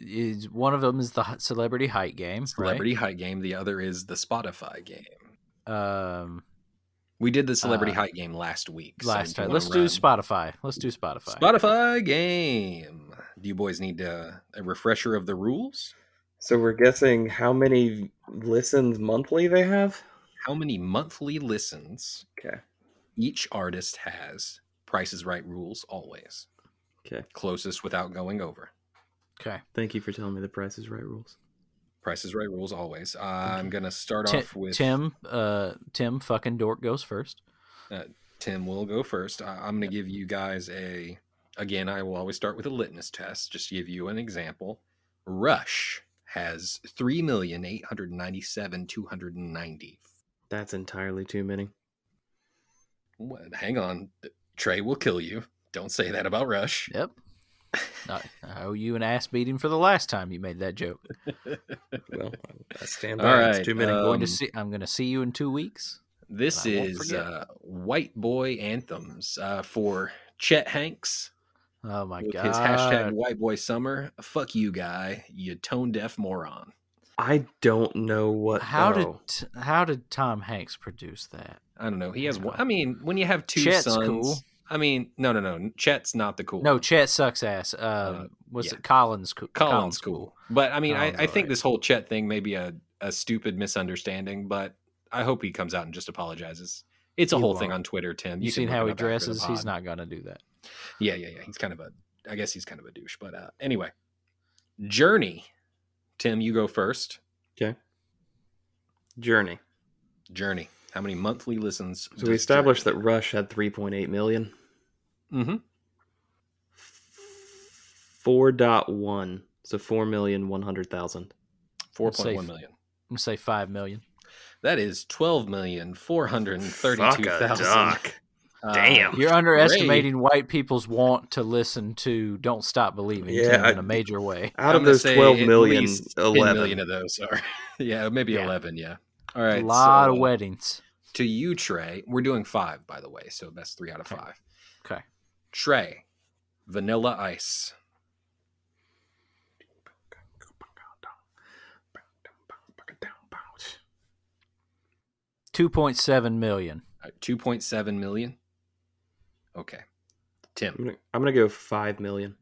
is one of them is the h- celebrity height game. right?
Celebrity height game. The other is the Spotify game.
Um,
We did the celebrity
Uh,
height game last week. so
last
you
time.
wanna
Let's do
run-
Spotify. Let's do Spotify.
Spotify game. Do you boys need uh, a refresher of the rules?
So we're guessing how many listens monthly they have?
How many monthly listens
Okay.
each artist has? Price is right rules always.
Okay.
Closest without going over.
okay.
Thank you for telling me the Price is Right rules.
Price is right rules always. I'm gonna start
Ti-
off with
Tim. Uh, Tim fucking Dork goes first.
Tim will go first. I, I'm going to give you guys a, again, I will always start with a litmus test, just to give you an example. Rush has 3,897,290.
That's entirely too many.
What- Hang on. Trey will kill you. Don't say that about Rush.
Yep. I, I owe you an ass beating for the last time you made that joke.
Well, I stand
All
by. it.
right,
It's too many.
uh,
going to
Um,
see. I'm going to see you in two weeks.
This
I won't
is
forget.
uh, White Boy Anthems uh, for Chet Hanks
Oh my
with
god.
his hashtag White Boy Summer. Fuck you, guy. You tone deaf moron.
I don't know what. oh,
how did t- how did Tom Hanks produce that?
I don't know. He has
Yeah.
one. I mean, when you have two
Oh Chet's
sons,
cool.
I mean, no, no, no. Chet's not the cool.
No,
one.
Chet sucks ass. Um, was it Collins? Co-
Colin's Uh, cool. But I mean, I,
Colin's
I think
alright.
this whole Chet thing may be a, a stupid misunderstanding, but I hope he comes out and just apologizes. It's a
He
whole thing
won't.
on Twitter, Tim.
You,
can
seen
look
how
it up
he
after the
dresses? He's
pod.
not gonna do that.
Yeah, yeah, yeah. He's kind of a. I guess he's kind of a douche. But uh, anyway, Journey. Tim, you go first.
Journey.
Journey. How many monthly listens?
So we established that Rush had 3.8 million.
Mm-hmm.
4.1. So 4,100,000.
Four point one
Safe.
million.
I'm gonna say five million.
That is twelve million four hundred
Fuck
thirty-two
a
thousand. Uh,
duck. Damn.
You're underestimating white people's want to listen to "Don't Stop Believing" Tim,
Yeah, I-
in a major way.
Out
I'm
of
gonna
those
say
12
at
million,
least 10
11.
million of those are. yeah, maybe
Yeah.
11, yeah. All right.
a lot
so
of weddings.
To you, Trey. We're doing five, by the way, so that's three out of
Okay.
five.
Okay.
Trey, Vanilla Ice.
Two point seven million.
uh, 2.7 million. Okay.
I'm
Tim,
gonna- I'm going to go 5 million.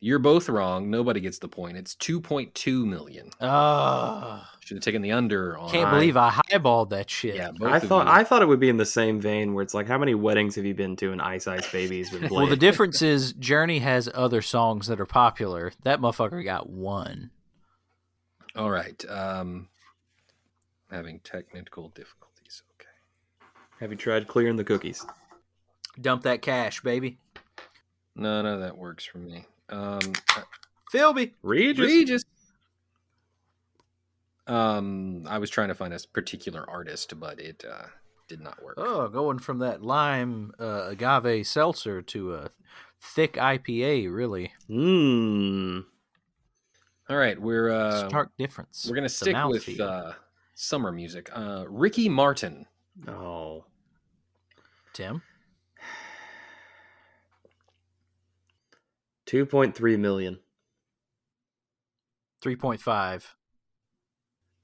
you're both wrong. Nobody gets the point. It's 2.2 million.
Ugh.
Should have taken the under on.
Can't
I-
believe I highballed that shit.
yeah, both
I
of
thought
you.
I thought it would be in the same vein where it's like, how many weddings have you been to? And Ice Ice Babies been played.
Well, the difference is Journey has other songs that are popular. That motherfucker got one.
All right. Um, having technical difficulties. Okay.
have you tried clearing the cookies?
Dump that cash, baby.
No, no, that works for me. Um, uh,
Philby.
Regis.
Regis. Um, I was trying to find a s- particular artist, but it uh, did not work.
Oh, going from that lime uh, agave seltzer to a thick IPA, really
Mmm.
All right, we're uh,
stark difference.
we're gonna
It's a
stick with
mouthfeel.
uh, summer music. Uh, Ricky Martin.
Oh.
Tim.
2.3 million.
Three point five.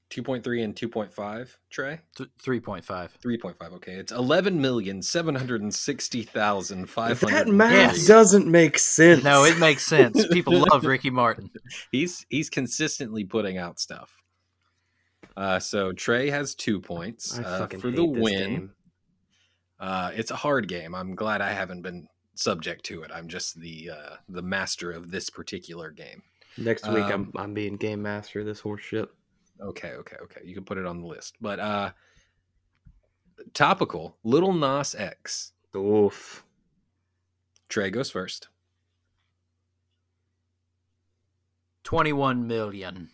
2.3 and 2.5 trey
Three point five.
3.5 okay it's 11 million seven hundred and sixty thousand five hundred.
That math
Yes.
doesn't make sense.
No, it makes sense. People love Ricky Martin.
he's he's consistently putting out stuff uh so trey has two points
I
uh,
fucking
for
hate
the
this
win
game.
Uh, it's a hard game. I'm glad I haven't been subject to it. I'm just the uh, the master of this particular game.
Next week,
Um,
I'm I'm being game master of this horse shit.
Okay, okay, okay. You can put it on the list. But uh, topical, Little Nas X.
Oof.
Trey goes first.
Twenty one million.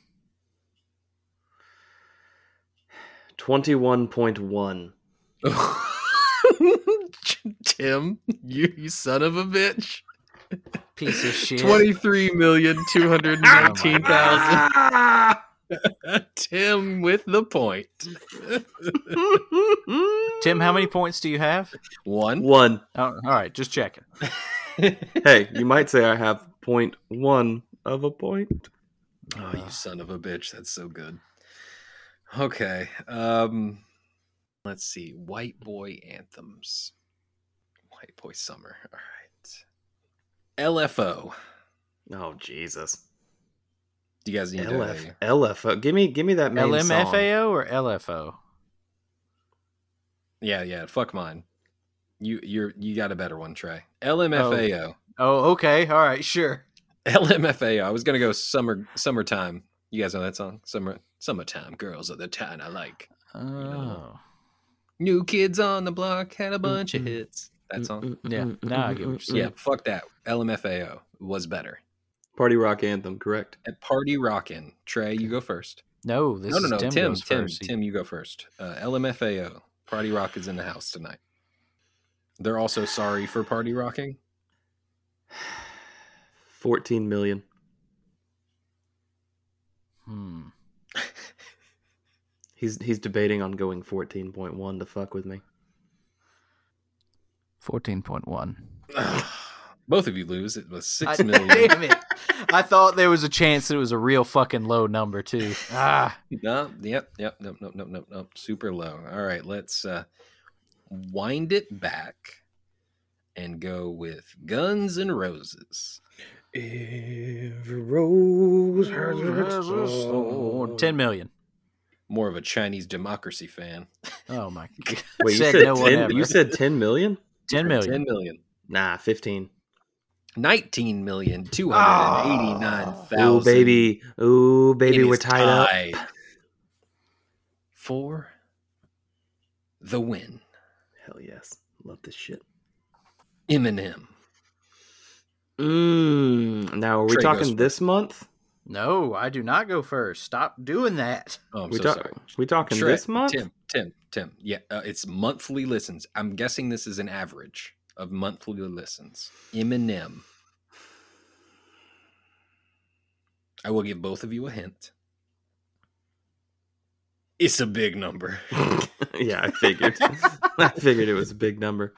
21.1.
Tim, you, you son of a bitch.
Piece of shit.
Twenty three million two hundred nineteen
Oh
thousand. Tim with the point.
Tim, how many points do you have?
One.
One.
Oh, all right, just checking.
Hey, you might say I have point one of a point.
Oh, you son of a bitch. That's so good. Okay. Um let's see. White boy anthems. White boy summer. All right. LFO.
Oh Jesus!
Do you guys need
LF,
to
LFO. uh, Give me, give me
Uh,
that main song.
LMFAO or LFO?
Yeah, yeah. Fuck mine. You you're you got a better one, Trey. LMFAO.
Oh, okay. All right, sure.
LMFAO. I was gonna go summer summertime. You guys know that song? Summer summertime girls are the time I like.
Oh.
New kids on the block had a bunch
Mm-hmm.
of hits. That song.
Yeah. Mm, Now I get what you're saying.
Yeah, fuck that. LMFAO was better.
Party rock anthem, correct?
At Party Rockin', Trey, you go first.
No, this
no, no,
is
no.
Tim,
Tim, Tim,
goes
Tim,
first.
you go first. Uh, LMFAO, Party Rock is in the house tonight. They're also sorry for party rocking.
Fourteen million.
Hmm.
He's he's debating on going fourteen point one to fuck with me.
14.1.
Both of you lose. It was
I-
six million.
Damn it. I thought there was a chance that it was a real fucking low number, too. Ah.
no, yep, yep, nope, nope, nope, nope, nope. Super low. All right, let's uh, wind it back and go with Guns and Roses.
Every rose has its thorn.
10 million.
More of a Chinese democracy fan.
Oh, my God.
Wait, you
Said
said
no one
ten?
ever.
You said ten million?
10 million.
10 million.
Nah, fifteen.
19 million 289,000.
Oh baby, oh baby,
It
we're
is
tied up.
tied for the win.
Hell yes, love this shit.
Eminem.
Mm. Now, are we
Trey goes
talking
first.
this month?
No, I do not go first. Stop doing that.
Oh, I'm
we
so
talk-
sorry.
we talking
Trey,
this month?
Tim, Tim, Tim. Yeah, uh, it's monthly listens. I'm guessing this is an average of monthly listens. Eminem. I will give both of you a hint. It's a big number.
yeah, I figured. I figured it was a big number.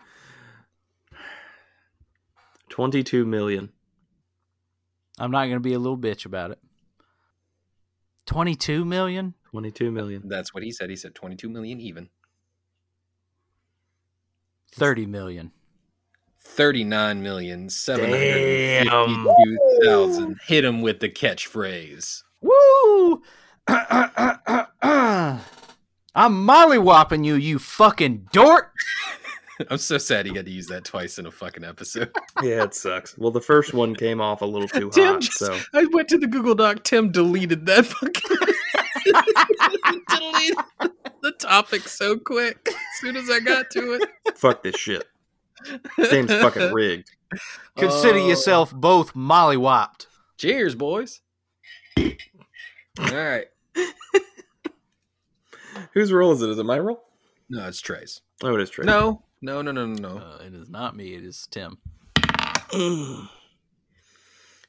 Twenty-two million.
I'm not going to be a little bitch about it. 22 million?
Twenty-two million.
That's what he said. He said 22 million even.
30 million.
39,752,000. Hit him with the catchphrase.
Woo! I'm mollywopping you, you fucking dork.
I'm so sad he got to use that twice in a fucking episode.
Yeah, it sucks. Well, the first one came off a little too
Tim
hot,
just-
so
I went to the Google Doc. Tim deleted that fucking. deleted the topic so quick as soon as I got to it.
fuck this shit. Game's fucking rigged.
Consider
Oh.
yourself both mollywopped.
Cheers, boys. All right.
Whose roll is it? Is it my roll?
No, it's Trey's.
Oh, it is Trey.
No, no, no, no, no, no.
Uh, it is not me. It is Tim.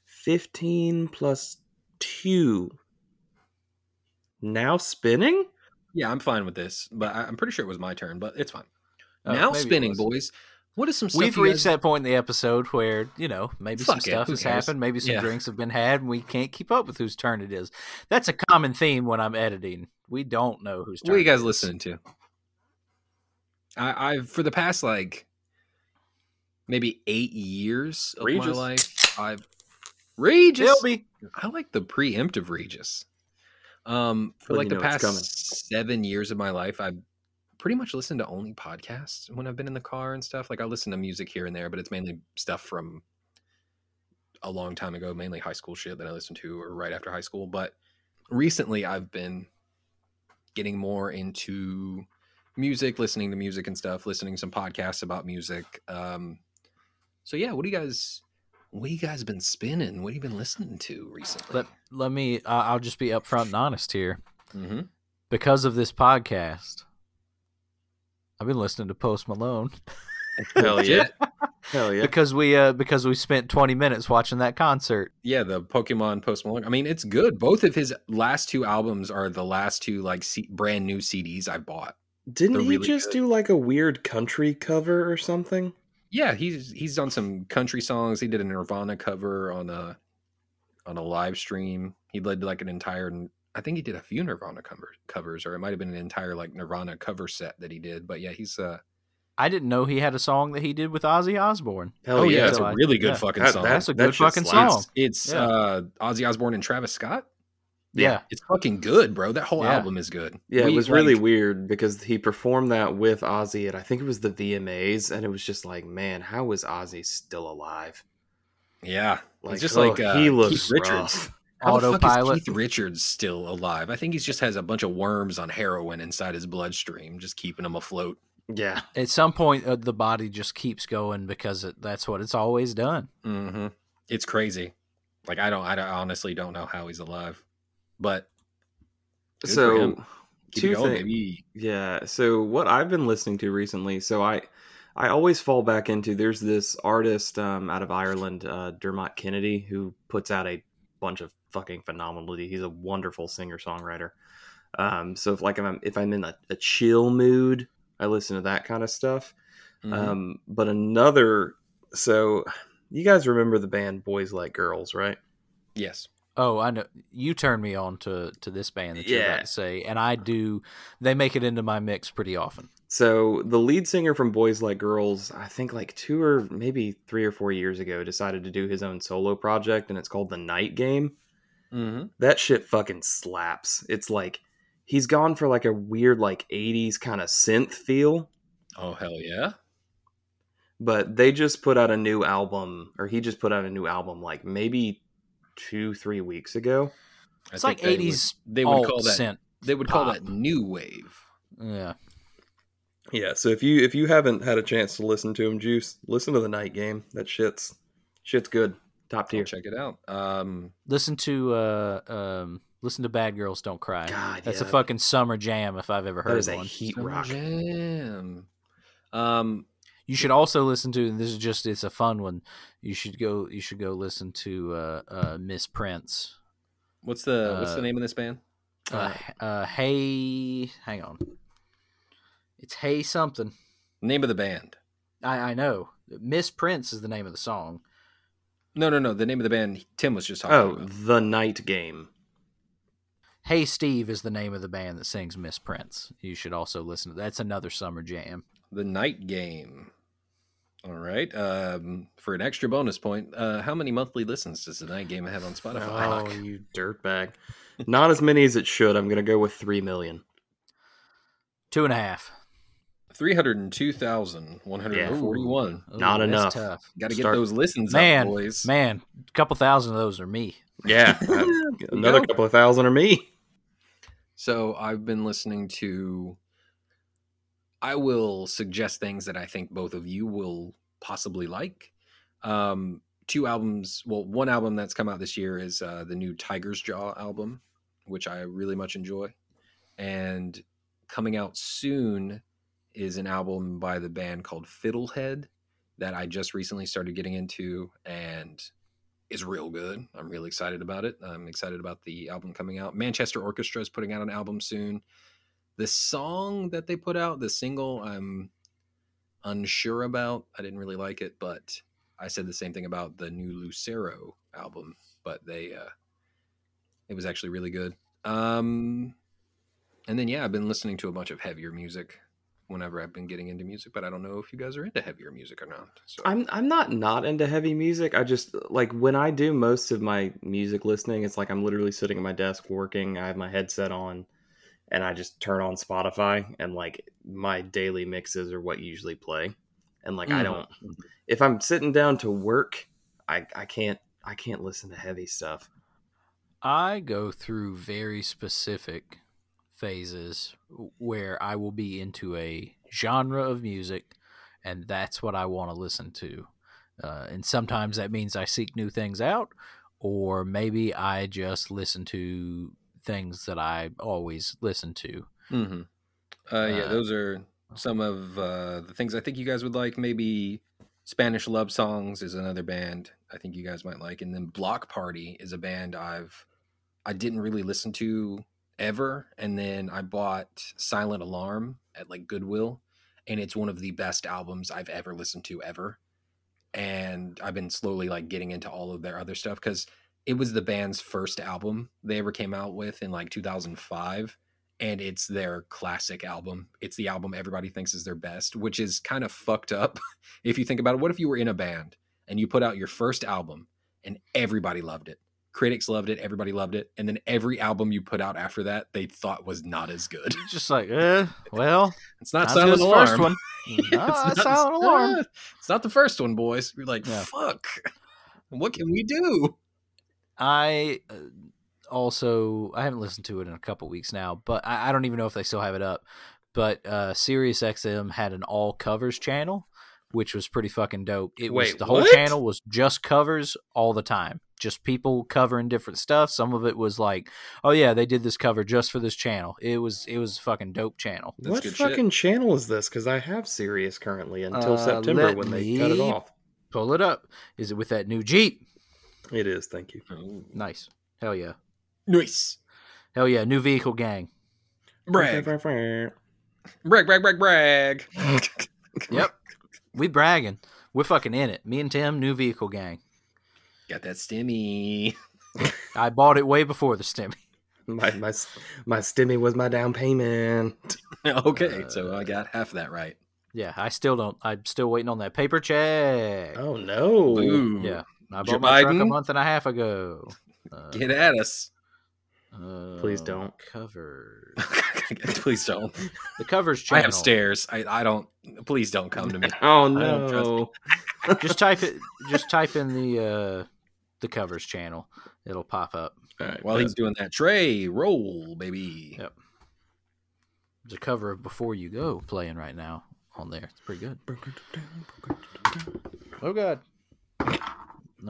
Fifteen plus two. Now spinning.
Yeah, I'm fine with this, but I, I'm pretty sure it was my turn, but it's fine.
Oh,
now
maybe it
spinning,
was.
boys. What is some stuff
We've
you
reached
guys-
that point in the episode where you know maybe some
Fuck it,
stuff
who
has
cares?
happened, maybe some
Yeah.
drinks have been had, and we can't keep up with whose turn it is. That's a common theme when I'm editing. We don't know whose turn.
What are you
it
guys
is.
listening to? I, I've for the past like maybe eight years of my
Regis.
life, I've Regis.
Shelby.
I like the preemptive Regis. Um, for
Well,
like
you
the
know it's coming.
past seven years of my life, I've pretty much listened to only podcasts when I've been in the car and stuff. Like I listen to music here and there, but it's mainly stuff from a long time ago, mainly high school shit that I listened to or right after high school. But recently, I've been getting more into music, listening to music and stuff, listening to some podcasts about music. Um, so yeah, what do you guys? What you guys been spinning? What have you been listening to recently?
Let let me. Uh, I'll just be upfront and honest here.
hmm
Because of this podcast, I've been listening to Post Malone.
Hell yeah!
Legit.
Hell yeah!
because we uh because we spent 20 minutes watching that concert
Yeah, the Pokemon Post Malone. I mean, it's good. Both of his last two albums are the last two like C- brand new CDs I bought.
Didn't
They're
he
really
just
good.
do like a weird country cover or something?
Yeah, he's he's done some country songs. He did a Nirvana cover on a on a live stream. He led like an entire, I think he did a few Nirvana cover, covers, or it might have been an entire like Nirvana cover set that he did. But yeah, he's uh,
I didn't know he had a song that he did with Ozzy Osbourne.
Hell
oh yeah,
yeah.
it's
so
a
I-
really good
yeah.
fucking
That-
song.
that-
That's a
that
good
shit
fucking
slaps.
song.
it's
yeah.
uh, Ozzy Osbourne and Travis Scott.
Yeah.
Yeah.
It's fucking good, bro. That whole
Yeah.
album is good.
Yeah, it
We,
was really
like-
weird because he performed that with Ozzy at I think it was the VMAs, and it was just like, man, how is Ozzy still alive?
yeah.
Like,
just
oh,
like, uh,
he
Keith
looks
Richards.
rough.
How the fuck is
Autopilot.
Keith Richards still alive? I think he just has a bunch of worms on heroin inside his bloodstream, just keeping him afloat.
Yeah,
At some point, uh, the body just keeps going because it, that's what it's always done.
Mm-hmm. It's crazy. Like I don't, I don't- honestly don't know how he's alive, but good for him.
so
keep it
two
going,
things.
baby.
Yeah. So what I've been listening to recently, so I I always fall back into there's this artist um, out of Ireland, uh, Dermot Kennedy, who puts out a bunch of fucking phenomenality. He's a wonderful singer songwriter. Um, so if like I'm if I'm in a, a chill mood, I listen to that kind of stuff.
Mhm.
Um, but another, so you guys remember the band Boys Like Girls, right?
yes.
Oh, I know. You turned me on to, to this band that you're
Yeah.
about to say, and I do. They make it into my mix pretty often.
So the lead singer from Boys Like Girls, I think like two or maybe three or four years ago, decided to do his own solo project, and it's called The Night Game.
Mm-hmm.
that shit fucking slaps. It's like he's gone for like a weird like 80s kind of synth feel,
Oh hell yeah.
but they just put out a new album or he just put out a new album like maybe 2 3 weeks ago.
I
It's
think
like
they would-
80s
They would
Alt
call that.
synth.
They would call
pop.
that new wave.
Yeah.
Yeah, so if you if you haven't had a chance to listen to him Juice, listen to The Night Game. That shit's shit's good. Top
I'll
tier.
check it out. Um,
Listen to uh um listen to Bad Girls Don't Cry.
God,
That's
yeah.
a fucking summer jam if I've ever
That
heard
is a
one.
heat
Summer
rock.
Jam. Um,
You should also listen to and this is just it's a fun one. You should go you should go listen to uh uh Miss Prince.
what's the what's the
Uh,
name of this band?
Uh, uh hey hang on. It's Hey something.
Name of the band?
I I know. Miss Prince is the name of the song.
No, no, no. The name of the band Tim was just talking
Oh,
about.
The Night Game.
Hey Steve is the name of the band that sings Miss Prince. You should also listen to that's another summer jam.
The Night Game. All right. Um, for an extra bonus point, uh, how many monthly listens does The Night Game have on Spotify?
Oh,
Fuck, Oh, you dirtbag. Not as many as it should. I'm going to go with 3 million.
Two and a half.
Three hundred and two thousand one hundred and forty-one.
Ooh,
Not
that's
enough.
tough.
Got to get
Start-
those listens,
Man,
up, boys.
Man, a couple thousand of those are me.
Yeah. Uh, Another
go.
couple of thousand or me.
So I've been listening to. I will suggest things that I think both of you will possibly like. Um, two albums. Well, one album that's come out this year is uh, the new Tiger's Jaw album, which I really much enjoy. And coming out soon is an album by the band called Fiddlehead that I just recently started getting into and is real good. I'm really excited about it. I'm excited about the album coming out. Manchester Orchestra is putting out an album soon. The song that they put out, the single, I'm unsure about. I didn't really like it, but I said the same thing about the new Lucero album, but they uh it was actually really good. Um and then yeah, I've been listening to a bunch of heavier music whenever I've been getting into music, but I don't know if you guys are into heavier music or not. So
I'm I'm not not into heavy music. I just like when I do most of my music listening, it's like I'm literally sitting at my desk working. I have my headset on, and I just turn on Spotify, and like my daily mixes are what usually play. And like I
Mhm.
don't, if I'm sitting down to work, I I can't I can't listen to heavy stuff.
I go through very specific phases where I will be into a genre of music, and that's what I want to listen to. Uh, and sometimes that means I seek new things out, or maybe I just listen to things that I always listen to.
Mm-hmm. Uh, yeah,
Uh,
those are some of uh, the things I think you guys would like. Maybe Spanish Love Songs is another band I think you guys might like, and then Block Party is a band I've I didn't really listen to ever, and then I bought Silent Alarm at like Goodwill, and it's one of the best albums I've ever listened to ever. And I've been slowly like getting into all of their other stuff because it was the band's first album they ever came out with in like 2005 and it's their classic album it's the album everybody thinks is their best which is kind of fucked up if you think about it what if you were in a band and you put out your first album and everybody loved it critics loved it everybody loved it and then every album you put out after that they thought was not as good
It's just like, eh, well,
it's not
time to
silent
the
alarm
first one. Ah,
it's not-
silent alarm.
it's not the first one boys you're like
Yeah.
fuck what can we do
I uh, also I haven't listened to it in a couple weeks now, but I, I don't even know if they still have it up. But uh, Sirius XM had an all covers channel, which was pretty fucking dope. It was
Wait,
the whole
what?
channel was just covers all the time. Just people covering different stuff. Some of it was like, oh yeah, they did this cover just for this channel. It was it was a fucking dope channel.
That's
what
good shit.
fucking channel is this? Because I have Sirius currently until
Uh,
September
let
when they cut it
me-
off.
Pull it up. Is it with that new Jeep?
It is. Thank you.
Nice. Hell yeah.
nice
Hell yeah. New vehicle gang.
brag brag brag brag brag
Yep. We bragging. We're fucking in it. Me and Tim, new vehicle gang.
got that stimmy
I bought it way before the stimmy.
My my my stimmy was my down payment.
okay so i
Uh,
got half that right
Yeah, I still don't. I'm still waiting on that paper check.
Oh no!
Ooh,
Yeah, I bought
Joe
my truck a
Biden?
month and a half ago. Uh,
get at us
Please
uh,
don't.
cover
please don't
the covers
i
channel.
have stairs i i don't please don't come to me
Oh
don't trust
no!
Just type it. Just type in the uh, the covers channel. It'll pop up.
All right,
while
but-
he's doing that tray roll baby
Yep. There's a cover of Before You Go playing right now on there. It's pretty good. Oh god. All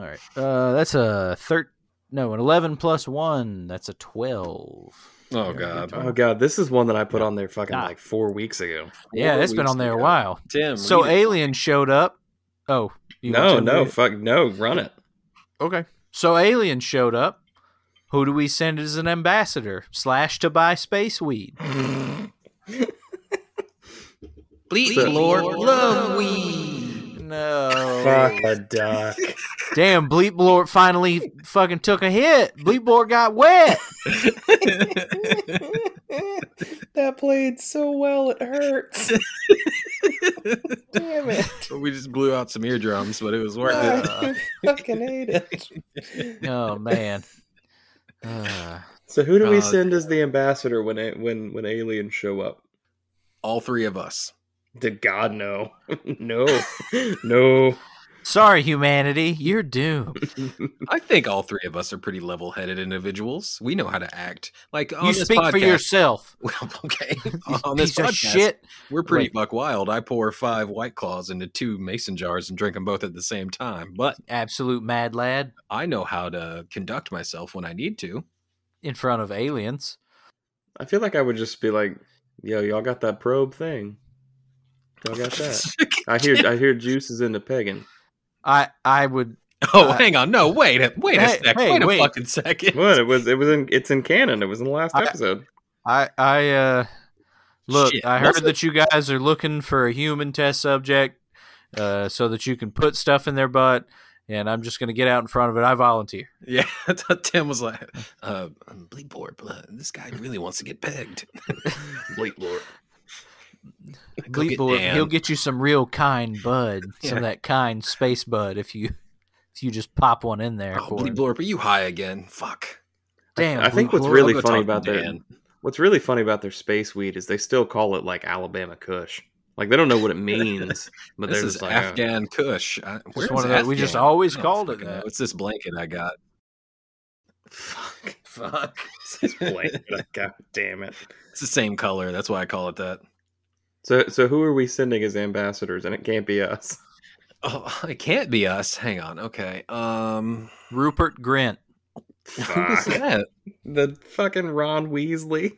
right. Uh, that's a thir. No, an eleven plus one. That's a twelve.
oh god
Oh god, this is one that I put on there fucking
Ah.
like four weeks ago.
yeah,
Four
it's been
weeks
on there a
ago.
while.
tim
So
read it.
Alien showed up. Oh, you want
no,
Tim to
no,
read it?
fuck no, run it.
Okay. So Alien showed up. Who do we send as an ambassador slash to buy space weed?
bleep
So-
lord love
No.
Fuck a duck.
Damn, Bleep Lord finally fucking took a hit. Bleep Lord got wet.
That played so well it hurts. Damn it.
we just blew out some eardrums but it was worth it
Uh,
fucking hate it.
oh man. Uh,
So who do we
Oh,
send as the ambassador when a- when when aliens show up?
all three of us
To God no, no, no.
sorry, humanity, you're doomed.
I think all three of us are pretty level-headed individuals. We know how to act. Like on
you
this
speak
podcast,
for yourself.
Well, okay.
you
on this
piece
podcast,
of shit.
we're pretty buck wild. I pour five white claws into two mason jars and drink them both at the same time. But
Absolute mad lad
I know how to conduct myself when I need to.
in front of aliens.
I feel like I would just be like, "Yo, y'all got that probe thing? Y'all got that?" I hear I hear Juice is into pegging.
I I would
oh,
Uh,
hang on. No, wait. a- Wait a
hey,
sec.
hey,
wait a
wait.
fucking second.
What it was? It was in. It's in canon. It was in the last
I-
episode.
I I uh look,
Shit,
I heard
was it?
that you guys are looking for a human test subject uh so that you can put stuff in their butt and I'm just going to get out in front of it. I volunteer.
Yeah, Tim was like, uh, "Bleep board, blood. This guy really wants to get pegged."
Bleep Lord.
Go
Bleep
get
Lord,
Dan.
he'll get you some real kind bud, some
Yeah.
of that kind space bud if you if you just pop one in there
Oh,
for
Bleep
him.
Lord, are you high again? Fuck.
Damn.
I think
Bleep
what's
Lord.
really
I'll go
funny
talk to
about their
Dan.
what's really funny about their space weed is they still call it like Alabama Kush. Like they don't know what it means, but
this
they're
is
just like uh,
Afghan Kush. I, where's
one of those- we just
Afghan?
always
I don't
called it
Oh, fucking
that.
know. It's this blanket I got.
fuck
Fuck.
this blanket. God damn it.
It's the same color. That's why I call it that.
So so who are we sending as ambassadors? And it can't be us.
Oh, it can't be us. Hang on. Okay. Um,
Rupert Grint.
who was
Fuck.
that?
the fucking Ron Weasley.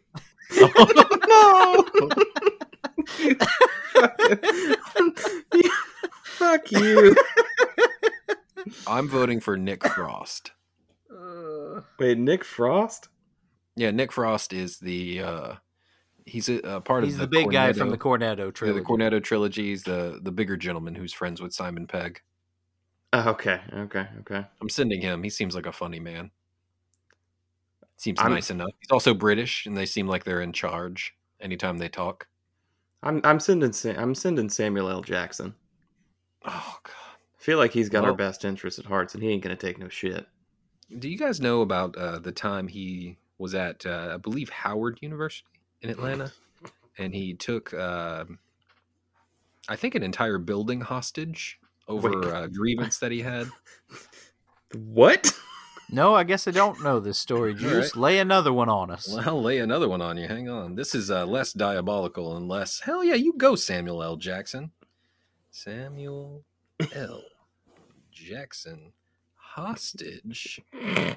no.
Oh, Fuck you.
I'm voting for Nick Frost.
Wait, Nick Frost?
Yeah, Nick Frost is the. uh He's a, a part
He's
of
the, big guy from
Cornetto-
the Cornetto
yeah,
trilogy.
the Cornetto trilogy. He's the the bigger gentleman who's friends with Simon Pegg.
Oh, okay, okay, okay.
I'm sending him. He seems like a funny man. Seems
I'm-
nice enough. He's also British, and they seem like they're in charge anytime they talk.
I'm I'm sending Sa- I'm sending Samuel L. Jackson.
Oh god.
I feel like he's got
Well-
our best interests at heart, and he ain't gonna take no shit.
Do you guys know about uh, the time he was at, uh, I believe, Howard University in Atlanta, and he took, um I think, an entire building hostage
Wait.
over a grievance that he had.
What?
No, I guess I don't know this story.
All
Juice, lay another one on us.
Well, I'll lay another one on you. Hang on. This is uh, less diabolical and less. Hell yeah, you go, Samuel L. Jackson. Samuel L. Jackson hostage.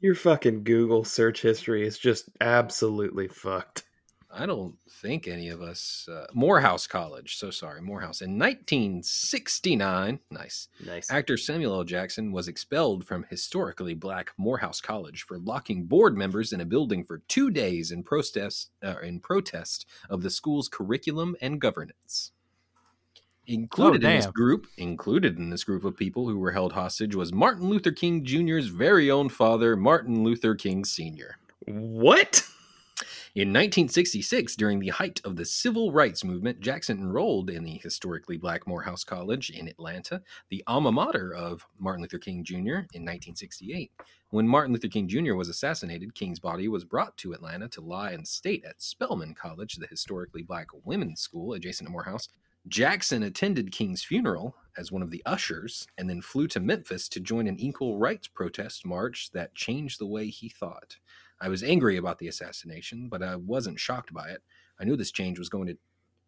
Your fucking Google search history is just absolutely fucked.
I don't think any of us. Uh, Morehouse College. So sorry, Morehouse. In 1969, nice.
Nice.
Actor Samuel L. Jackson was expelled from historically black Morehouse College for locking board members in a building for two days in protest uh, in protest of the school's curriculum and governance. Included in this
damn.
group, included in this group of people who were held hostage, was Martin Luther King Jr.'s very own father, Martin Luther King Sr.
What?
In 1966, during the height of the civil rights movement, Jackson enrolled in the historically black Morehouse College in Atlanta, the alma mater of Martin Luther King Jr. in 1968. When Martin Luther King Jr. was assassinated, King's body was brought to Atlanta to lie in state at Spelman College, the historically black women's school adjacent to Morehouse. Jackson attended King's funeral as one of the ushers and then flew to Memphis to join an equal rights protest march that changed the way he thought. I was angry about the assassination, but I wasn't shocked by it. I knew this change was going to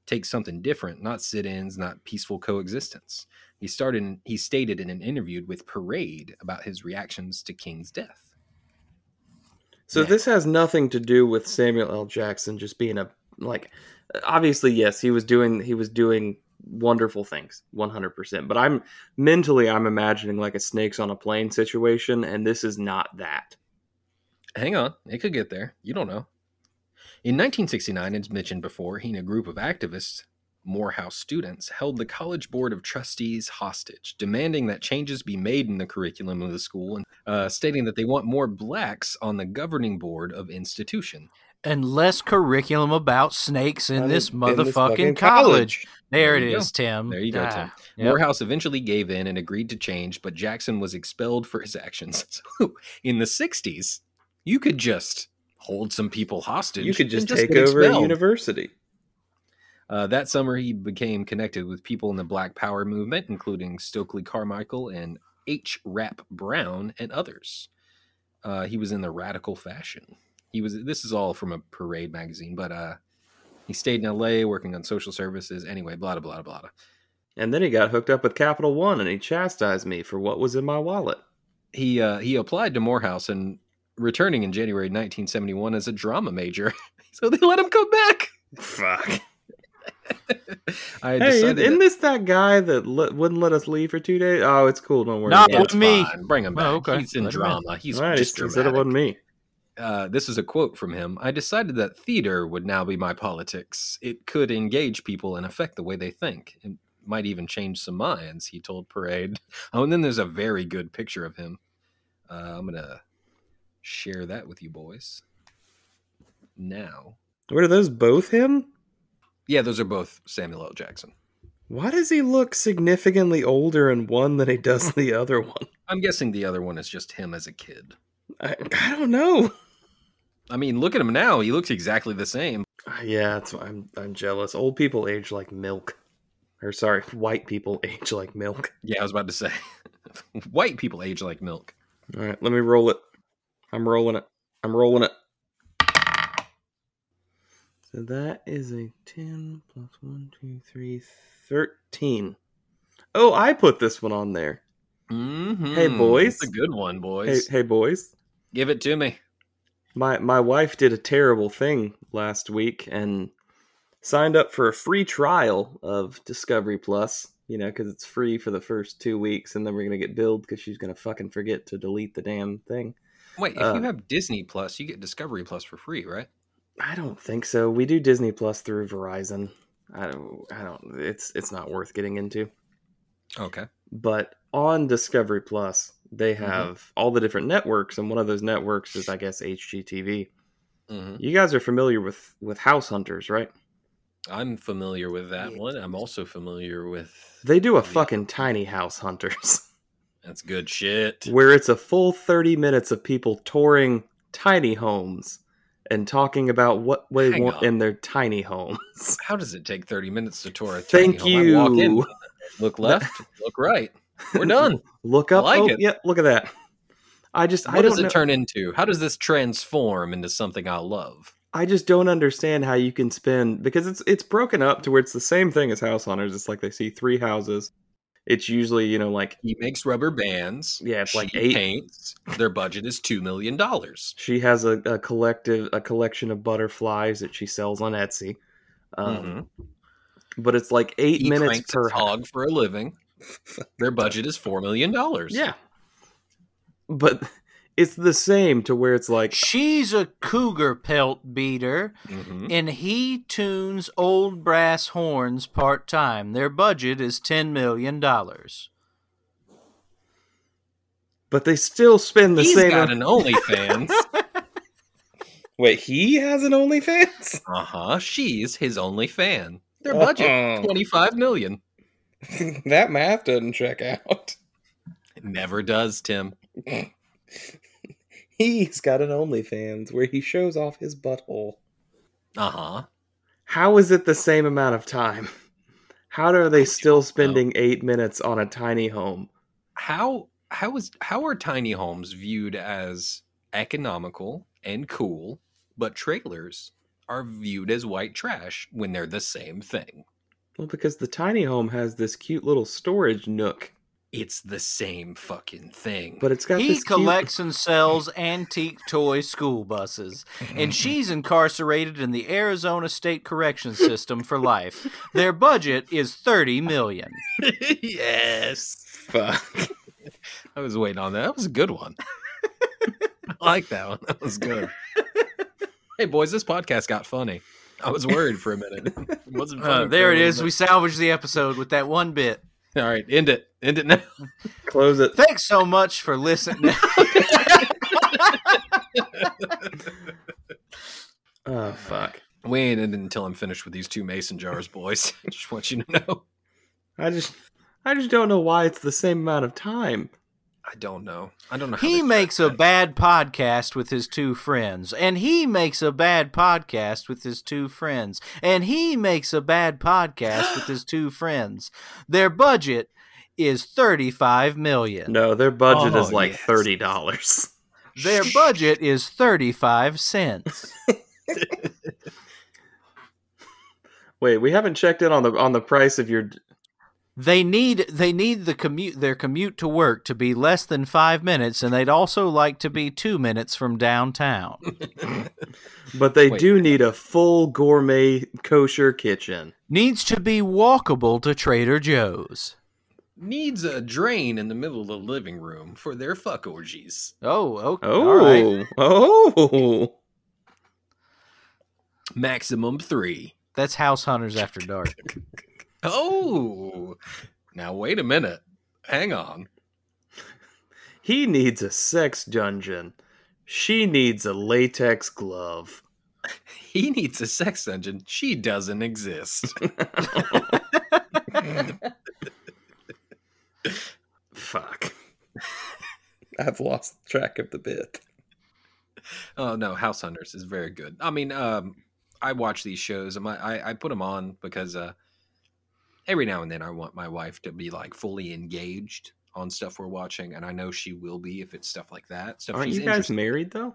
take something different, not sit-ins, not peaceful coexistence. He started he stated in an interview with Parade about his reactions to King's death.
So
Yeah.
this has nothing to do with Samuel L. Jackson just being a like obviously yes, he was doing he was doing wonderful things 100%. But I'm mentally I'm imagining like a snakes on a plane situation and this is not that.
Hang on, it could get there. You don't know. In 1969, as mentioned before, he and a group of activists, Morehouse students, held the College Board of Trustees hostage, demanding that changes be made in the curriculum of the school and uh, stating that they want more blacks on the governing board of institution.
And less curriculum about snakes in
I
this
mean, in
motherfucking
this fucking
college.
college.
There,
There you
it
go.
is, Tim.
There you go,
Ah,
Tim.
yep.
Morehouse eventually gave in and agreed to change, but Jackson was expelled for his actions. So, in the 60s, you could just hold some people hostage.
You could just
and
take
get
over a
expelled.
university.
Uh, that summer, he became connected with people in the Black Power movement, including Stokely Carmichael and H. Rap Brown and others. Uh, he was in the radical fashion. He was. This is all from a Parade magazine, but uh, he stayed in L.A. working on social services. Anyway, blah blah blah blah. blah.
And then he got hooked up with Capital One and he chastised me for what was in my wallet.
He uh, he applied to Morehouse and returning in January 1971 as a drama major. so they let him come back.
Fuck.
I had
Hey,
decided
isn't this that guy that le- wouldn't let us leave for two days? Oh, it's cool. Don't worry.
Nah,
about
that-
it.
it was me.
Fine, Bring him back.
Oh, okay.
He's in
Let him in.
drama. He's
All right,
just
he said it
dramatic.
wasn't me.
uh, this is a quote from him I decided that theater would now be my politics. It could engage people and affect the way they think. It might even change some minds, he told Parade. Oh, and then there's a very good picture of him. Uh, I'm going to share that with you boys now.
Wait, are those both him?
Yeah, those are both Samuel L. Jackson.
Why does he look significantly older in one than he does the other one?
I'm guessing the other one is just him as a kid.
I, I don't know.
I mean, look at him now. He looks exactly the same.
Uh, Yeah, it's, I'm I'm jealous. Old people age like milk, or sorry, white people age like milk.
Yeah, I was about to say. White people age like milk.
All right, let me roll it. I'm rolling it. I'm rolling it. So that is a 10 plus 1, 2, 3, 13. Oh, I put this one on there.
Mm-hmm.
boys.
a good one,
Hey,
boys.
hey boys.
Give it to me.
My my wife did a terrible thing last week and signed up for a free trial of Discovery Plus. You know, because it's free for the first two weeks, and then we're gonna get billed because she's gonna fucking forget to delete the damn thing.
Wait, if
Uh,
you have Disney Plus, you get Discovery Plus for free, right?
I don't think so. We do Disney Plus through Verizon. I don't. I don't. It's it's not worth getting into.
Okay.
But on Discovery Plus, they have all the different networks, and one of those networks is, I guess, HGTV.
Mhm.
You guys are familiar with with House Hunters, right?
I'm familiar with that
Yeah.
one. I'm also familiar with.
They do a
Yeah.
fucking tiny House Hunters.
That's good shit.
where it's a full 30 minutes of people touring tiny homes and talking about what they
Hang
want
on.
in their tiny homes.
How does it take 30 minutes to tour a tiny
Thank
home? I walk in,
you.
look left, look right. We're done.
Look up.
like
oh,
it.
yeah, look at that. I just I
What does
don't
it
know,
turn into? How does this transform into something I love?
I just don't understand how you can spend because it's it's broken up to where it's the same thing as house hunters. It's like they see three houses. It's usually, you know, like
He makes rubber bands.
Yeah, it's like
she
eight.
paints. Their budget is two million dollars.
she has a, a collective a collection of butterflies that she sells on Etsy. Um,
Mhm.
Mm-hmm.
but it's like 8
He
minutes
cranks
per
a hog for a living. Their budget is four million dollars.
Yeah. But it's the same to where it's like
She's a cougar pelt beater,
Mhm.
and he tunes old brass horns part time. Their budget is $10 million.
but they still spend the
He's
same
got an OnlyFans.
Wait, he has an OnlyFans?
uh huh. She's his only fan. Their budget
Oh.
twenty five million.
that math doesn't check out.
It never does, Tim.
He's got an OnlyFans where he shows off his butthole.
Uh huh.
how is it the same amount of time? How are they still spending 8 minutes on a tiny home?
How how is how are tiny homes viewed as economical and cool, but trailers are viewed as white trash when they're the same thing?
Well, because the tiny home has this cute little storage nook,
It's the same fucking thing.
but it's got
He
this cute-
collects and sells antique toy school buses,
Hmm.
and she's incarcerated in the Arizona State Correction System for life. Their budget is $30 million.
yes.
Fuck.
I was waiting on that. That was a good one. I like that one. That was good. hey boys, this podcast got funny. I was worried for a minute. It wasn't funny.
Uh,
for
there
a
it
little
is. We
bit.
salvaged the episode with that one bit.
All right, end it. End it now.
close it.
Thanks so much for listening.
Oh fuck.
We ain't ending until I'm finished with these two mason jars, boys. Just want you to know.
I just I just don't know why it's the same amount of time.
I don't know. I don't know. how
he
they-
makes a bad podcast with his two friends, and he makes a bad podcast with his two friends, and he makes a bad podcast with his two friends. Their budget is 35 million.
No, their budget
Oh,
is like
yes.
$30.
Their budget is 35 cents.
Wait, we haven't checked in on the on the price of your
They need they need the commute their commute to work to be less than 5 minutes and they'd also like to be 2 minutes from downtown.
But they
Wait.
do need a full gourmet kosher kitchen.
Needs to be walkable to Trader Joe's.
needs a drain in the middle of the living room for their fuck orgies.
Oh, okay.
Oh,
All right.
oh,
Maximum three.
That's House Hunters After Dark.
Oh, now wait a minute. Hang on.
he needs a sex dungeon. She needs a latex glove.
He needs a sex dungeon. She doesn't exist.
Fuck.
I've lost track of the bit.
Oh no, House Hunters is very good. I mean, um, I watch these shows. and I, I I put them on because uh, every now and then I want my wife to be like fully engaged on stuff we're watching, and I know she will be if it's stuff like that. Stuff
Aren't
she's
you guys
interested-
married though?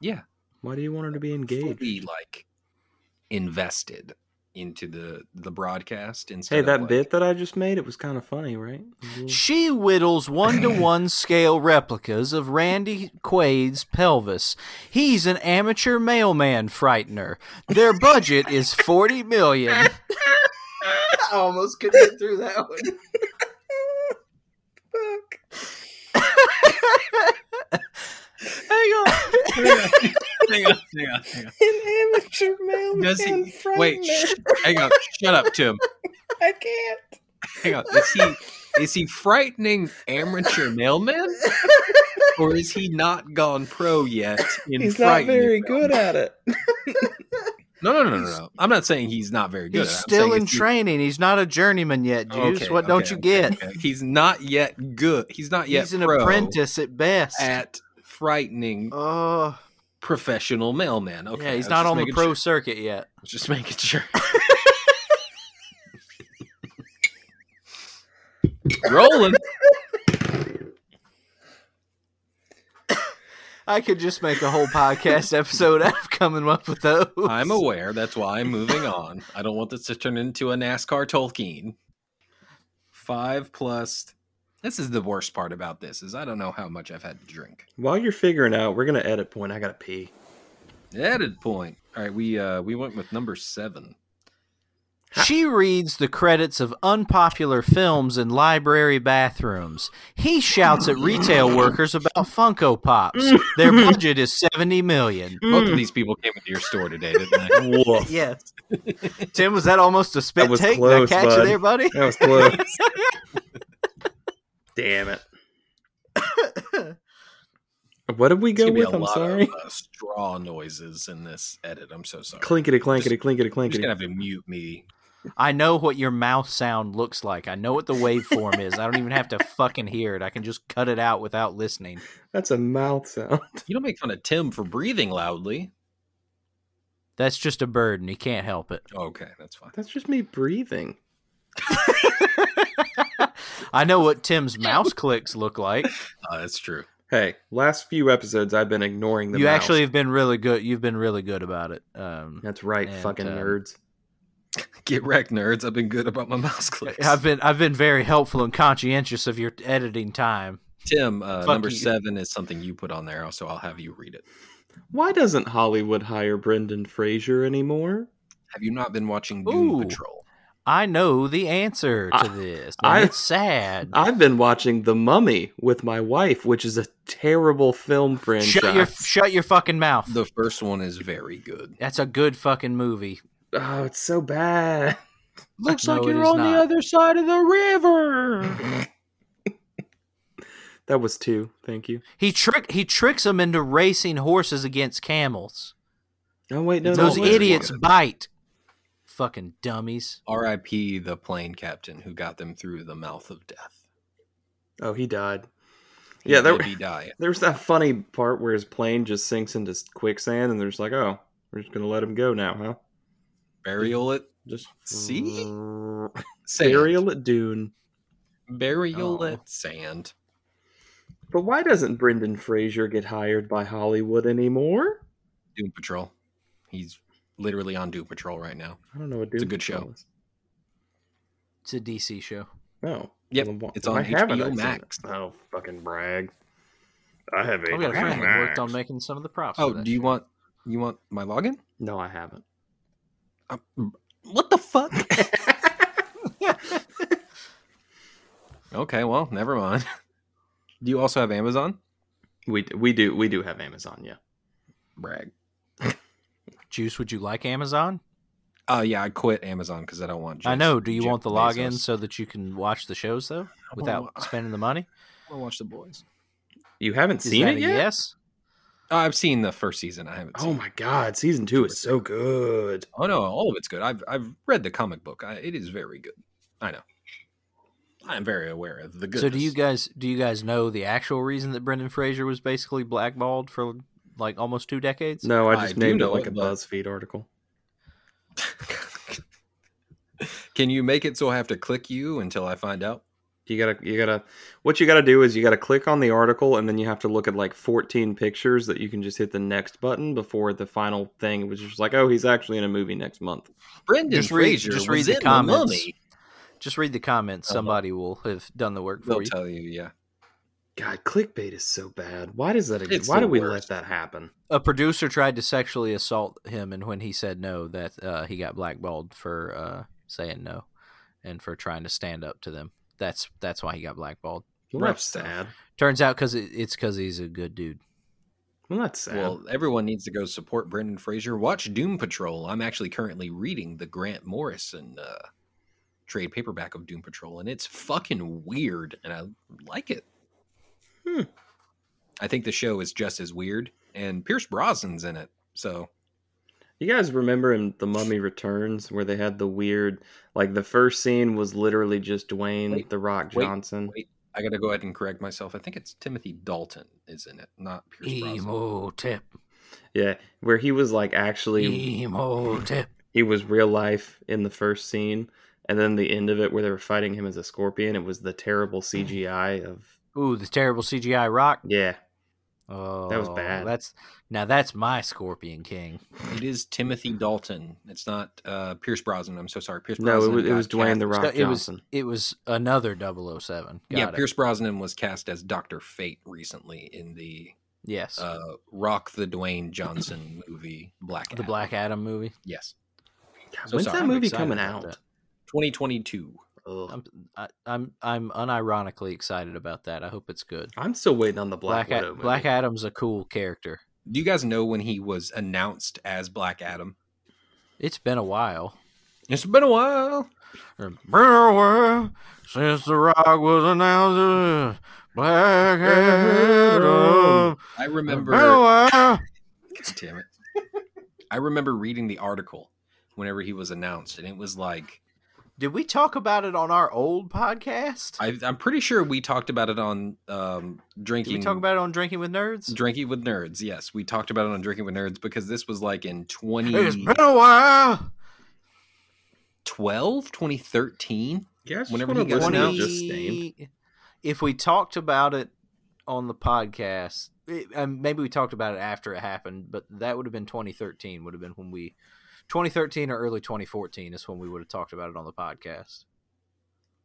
Yeah.
Why do you want her to be
fully
engaged?
like invested into the the broadcast instead.
Hey,
of,
that
like-
bit that I just made, it was kind of funny, right?
She whittles one to one scale replicas of Randy Quaid's pelvis. He's an amateur mailman frightener. Their budget is 40 million. I almost could get through that one.
Fuck.
Hang on.
Hang on, hang on, hang on, hang on.
An amateur mailman.
Does he-
frightener.
Wait, sh- hang on. Shut up, Tim.
I can't.
Hang on. Is he is he frightening amateur mailmen, or is he not gone pro yet? In
He's not
frightening
very
them?
good at it.
No, no, no, no, no. I'm not saying he's not very good.
He's
at it. I'm
still
saying
in
it's the-
training. He's not a journeyman yet, Juice.
Okay,
what
okay,
don't you
okay,
get?
okay. He's not yet good. He's not yet
He's an
pro
apprentice at best.
at frightening
oh,
professional mailman. Okay,
yeah,
I
he's
was
not
just
on the
making
pro
sure.
circuit yet.
I was Just making sure. Rolling.
I could just make a whole podcast episode out of coming up with those.
I'm aware. That's why I'm moving on. I don't want this to turn into a NASCAR Tolkien. Five plus. This is the worst part about this is I don't know how much I've had to drink.
While you're figuring out, we're gonna edit point. I gotta pee.
Edit point. All right, we uh we went with number seven.
She reads the credits of unpopular films in library bathrooms. He shouts at retail workers about Funko Pops. Their budget is 70 million.
Both of these people came into your store today, didn't they?
Mm. Woof.
Yes. Tim, was that almost a spit
That was
take?
close,
Did I catch you
bud.
there, buddy?
That was close. Damn it. What did we
It's
go
gonna be
with?
a
I'm
lot
sorry.
of uh, straw noises in this edit. I'm so sorry.
Clinkety clankety clinkety
I'm
clankety.
just gonna have to mute me.
I know what your mouth sound looks like. I know what the waveform is. I don't even have to fucking hear it. I can just cut it out without listening.
That's a mouth sound.
You don't make fun of Tim for breathing loudly.
That's just a burden. He can't help it.
Okay, that's fine.
That's just me breathing.
I know what Tim's mouse clicks look like.
Uh, that's true.
Hey, last few episodes I've been ignoring the
you
mouse.
actually have been really good. You've been really good about it. Um,
That's right,
And,
fucking
uh,
nerds.
Get wrecked, nerds. I've been good about my mouse clicks.
I've been I've been very helpful and conscientious of your editing time.
Tim, uh,
Fuck
number
you.
seven is something you put on there, so I'll have you read it.
Why doesn't Hollywood hire Brendan Fraser anymore?
Have you not been watching Doom
Ooh.
Patrol?
I know the answer to
I-
this.
I-
I, it's sad.
I've been watching The Mummy with my wife, which is a terrible film franchise.
shut your shut your fucking mouth.
The first one is very good.
That's a good fucking movie.
oh, it's so bad.
Looks like you're on the other.
That was two. Thank you.
He trick he tricks them into racing horses against camels.
Oh wait, no,
It's
no,
Those
all
wait.
later
idiots
on.
bite. Fucking dummies.
R.I.P. the plane captain who got them through the mouth of death.
Oh, he died.
He
Yeah, there-
did he die.
There's that funny part where his plane just sinks into quicksand, and they're just like, "Oh, we're just gonna let him go now, huh?"
Burial it.
Just
See? Sand.
burial at Dune.
Burial
Oh.
at sand.
But why doesn't Brendan Fraser get hired by Hollywood anymore?
Doom Patrol. He's literally on Doom Patrol right now.
I don't know what Dune.
It's a good
Patrol
show.
Is.
It's a DC show.
No.
Yep,
Well,
it's
why
on
haven't
HBO
I seen
Max.
it? Oh, fucking brag! I have
I've Oh, got a
HBO
friend that worked on
Max.
making some of the props.
Oh,
for that
do you
show.
want you want my login?
No, I haven't.
Um, what the fuck? okay, well, never mind. Do you also have Amazon?
We d- we do we do have Amazon. Yeah.
Brag.
Juice, would you like Amazon?
Uh, yeah, I quit Amazon because I don't want.
I
Jeff-
know. Do you
Jeff
want the login
Bezos.
so that you can watch the shows though
I wanna
without
wa-
spending the money?
I wanna watch the boys.
You haven't
Is
seen
that
it
a
yet?
Yes.
Uh, I've seen the first season. I haven't.
Oh
seen it.
my god, season two is so good.
Oh no, all of it's good. I've I've read the comic book. I, it is very good. I know. I am very aware of the good.
So do you guys do you guys know the actual reason that Brendan Fraser was basically blackballed for like almost two decades?
No, I
I
just
do
named it
know
like
it,
a
but-
BuzzFeed article.
Can you make it so I have to click you until I find out?
You gotta, you gotta. What you gotta do is you gotta click on the article, and then you have to look at like 14 pictures that you can just hit the next button before the final thing, which is just like, oh, he's actually in a movie next month.
Brendan
Just read-
Fraser
just
was
read the
in
comments.
The Mummy.
Just read the comments.
Uh-huh.
Somebody will have done the work
They'll
for you.
tell you, yeah.
God, clickbait is so bad. Why does that?
It's
why do
the
we let
worst.
that happen?
A producer tried to sexually assault him, and when he said no, that uh, he got blackballed for uh, saying no and for trying to stand up to them. That's that's why he got blackballed.
Well,
Rough
that's
stuff.
sad.
Turns out because it, it's because he's a good dude.
Well, that's sad.
Well, everyone needs to go support Brendan Fraser. Watch Doom Patrol. I'm actually currently reading the Grant Morrison uh, trade paperback of Doom Patrol, and it's fucking weird, and I like it.
Hmm.
I think the show is just as weird, and Pierce Brosnan's in it, so
You guys remember in The Mummy Returns where they had the weird, like the first scene was literally just Dwayne
Wait,
the Rock
wait,
Johnson.
I got to go ahead and correct myself. I think it's Timothy Dalton is in it, not Pierce Brosnan.
Emo tip.
Yeah, where he was like actually
Emo tip.
he was real life in the first scene, and then the end of it where they were fighting him as a scorpion. It was the terrible CGI of
Ooh, the terrible CGI rock.
yeah.
Oh,
bad.
That's now that's my Scorpion King.
It is Timothy Dalton. It's not uh, Pierce Brosnan. I'm so sorry. Pierce
No, it
Brosnan
was, it
got
was Dwayne
cast-
the Rock
So it was
Johnson.
it was another 007. Got
yeah,
it.
Pierce Brosnan was cast as Doctor Fate recently in the
Yes,
uh, Rock the Dwayne Johnson movie Black.
the
Adam.
Black Adam movie.
Yes,
God,
so
when's
sorry,
that
I'm
movie
excited
coming
about
out?
2022.
Ugh.
I'm I, I'm I'm unironically excited about that. I hope it's good.
I'm still waiting on the Black,
Black Black,
Widow movie.
Black Adam's a cool character.
Do you guys know when he was announced as Black Adam?
It's been a while.
It's been a while.
Been a while Since the Rock was announced, as Black Adam.
I
Been
remember.
a while.
God damn it. I remember reading the article whenever he was announced, and it was like
Did we talk about it on our old podcast?
I, I'm pretty sure we talked about it on um,
Did
drinking.
we talk about it on Drinking with Nerds?
drinking with nerds? Yes, we talked about it on drinking with nerds because this was like in
It's been
2012,
a while.
2013.
You guys just
Whenever
wanna
he got
listen to
announced-
just stand.
If we talked about it on the podcast, it, and maybe we talked about it after it happened, but that would have been 2013. Would have been when we, 2013 or early 2014 is when we would have talked about it on the podcast.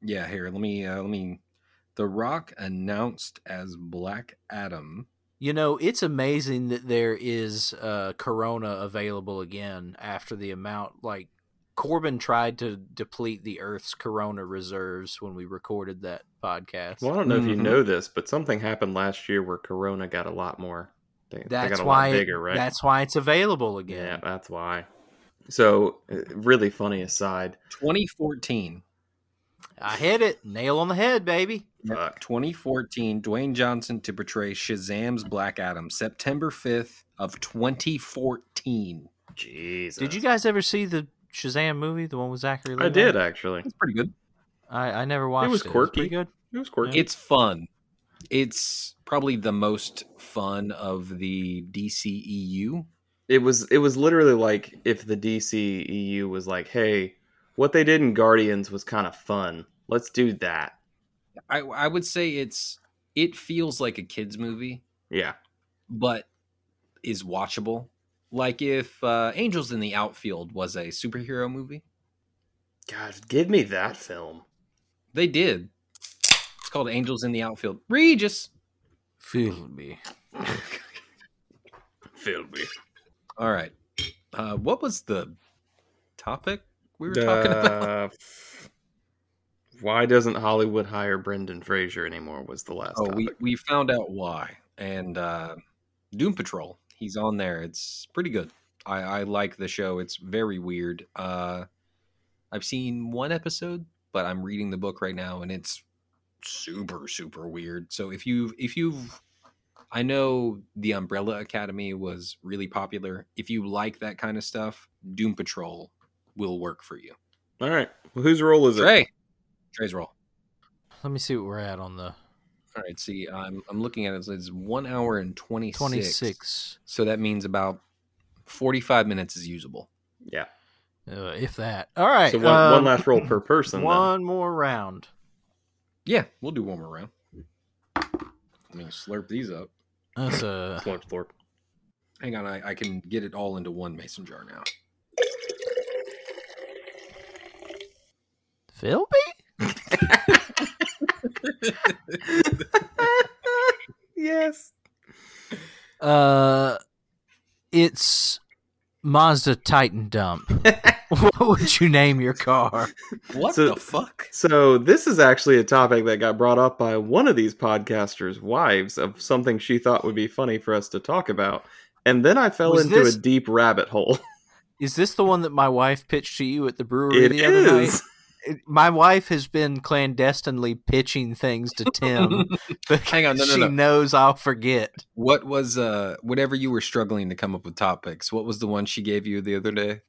Yeah, here let me uh, let me. The Rock announced as Black Adam.
You know, it's amazing that there is uh, Corona available again after the amount like. Corbin tried to deplete the Earth's corona reserves when we recorded that podcast.
Well, I don't know if you
Mm-hmm.
Mhm.
know this, but something happened last year where Corona got a lot more. They, they
That's
got a
why
lot bigger, right?
That's why it's available again.
yeah, that's why. So, uh, really funny aside.
2014.
I hit it. Nail on the head, baby.
Fuck.
2014, Dwayne Johnson to portray Shazam's Black Adam, September 5th of 2014.
Jesus.
Did you guys ever see the Shazam movie, the one with Zachary?
I
Levi?
did actually.
That's pretty good.
I, I never watched it.
was
It's
quirky.
pretty good.
It was quirky.
It's fun. It's probably the most fun of the E DCEU.
It was it was literally like if the DC EU was like, "Hey, what they did in Guardians was kind of fun. Let's do that."
I, I would say it's it feels like a kids movie,
Yeah.
but is watchable. Like if uh, Angels in the Outfield was a superhero movie,
God, give me that film.
they did. It's called Angels in the Outfield. Regis.
Feel me.
Film me.
All right. Uh, what was the topic we were talking about?
Why doesn't Hollywood hire Brendan Fraser anymore? Was the last.
Oh,
topic.
we, we found out why. And uh, Doom Patrol, he's on there. It's pretty good. I, I like the show. It's very weird. Uh, I've seen one episode, but I'm reading the book right now, and it's super super weird. So if you if you've I know the Umbrella Academy was really popular. If you like that kind of stuff, Doom Patrol will work for you.
All right. Well, whose role is it?
Trey, Trey's roll.
Let me see what we're at on the
All right, see, I'm I'm looking at it. so It's one hour and twenty
twenty
six.
six,
So that means about forty five minutes is usable.
Yeah.
uh, if that. All right.
so one, one
um,
last role per person. One.
One more round.
Yeah, we'll do one more round. Let me slurp these up.
That's a
Then. Florp, florp.
Hang on, I, I can get it all into one mason jar now.
Philby.
Yes.
Uh, it's Mazda Titan Dump. what would you name your car?
What
So-
the fuck?
So this is actually a topic that got brought up by one of these podcasters' wives of something she thought would be funny for us to talk about, and then I fell
Was
into
this-
a deep rabbit hole.
Is this the one that my wife pitched to you at the brewery
It
the other night?
is.
it- my wife has been clandestinely pitching things to Tim because
Hang on, no, no,
she
no.
knows I'll forget.
What was uh whatever you were struggling to come up with topics? What was the one she gave you the other day?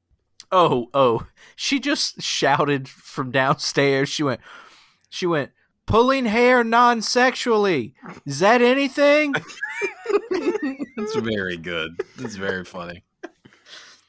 Oh, oh. She just shouted from downstairs. She went, she went, pulling hair non sexually. Is that anything?
That's very good. That's very funny.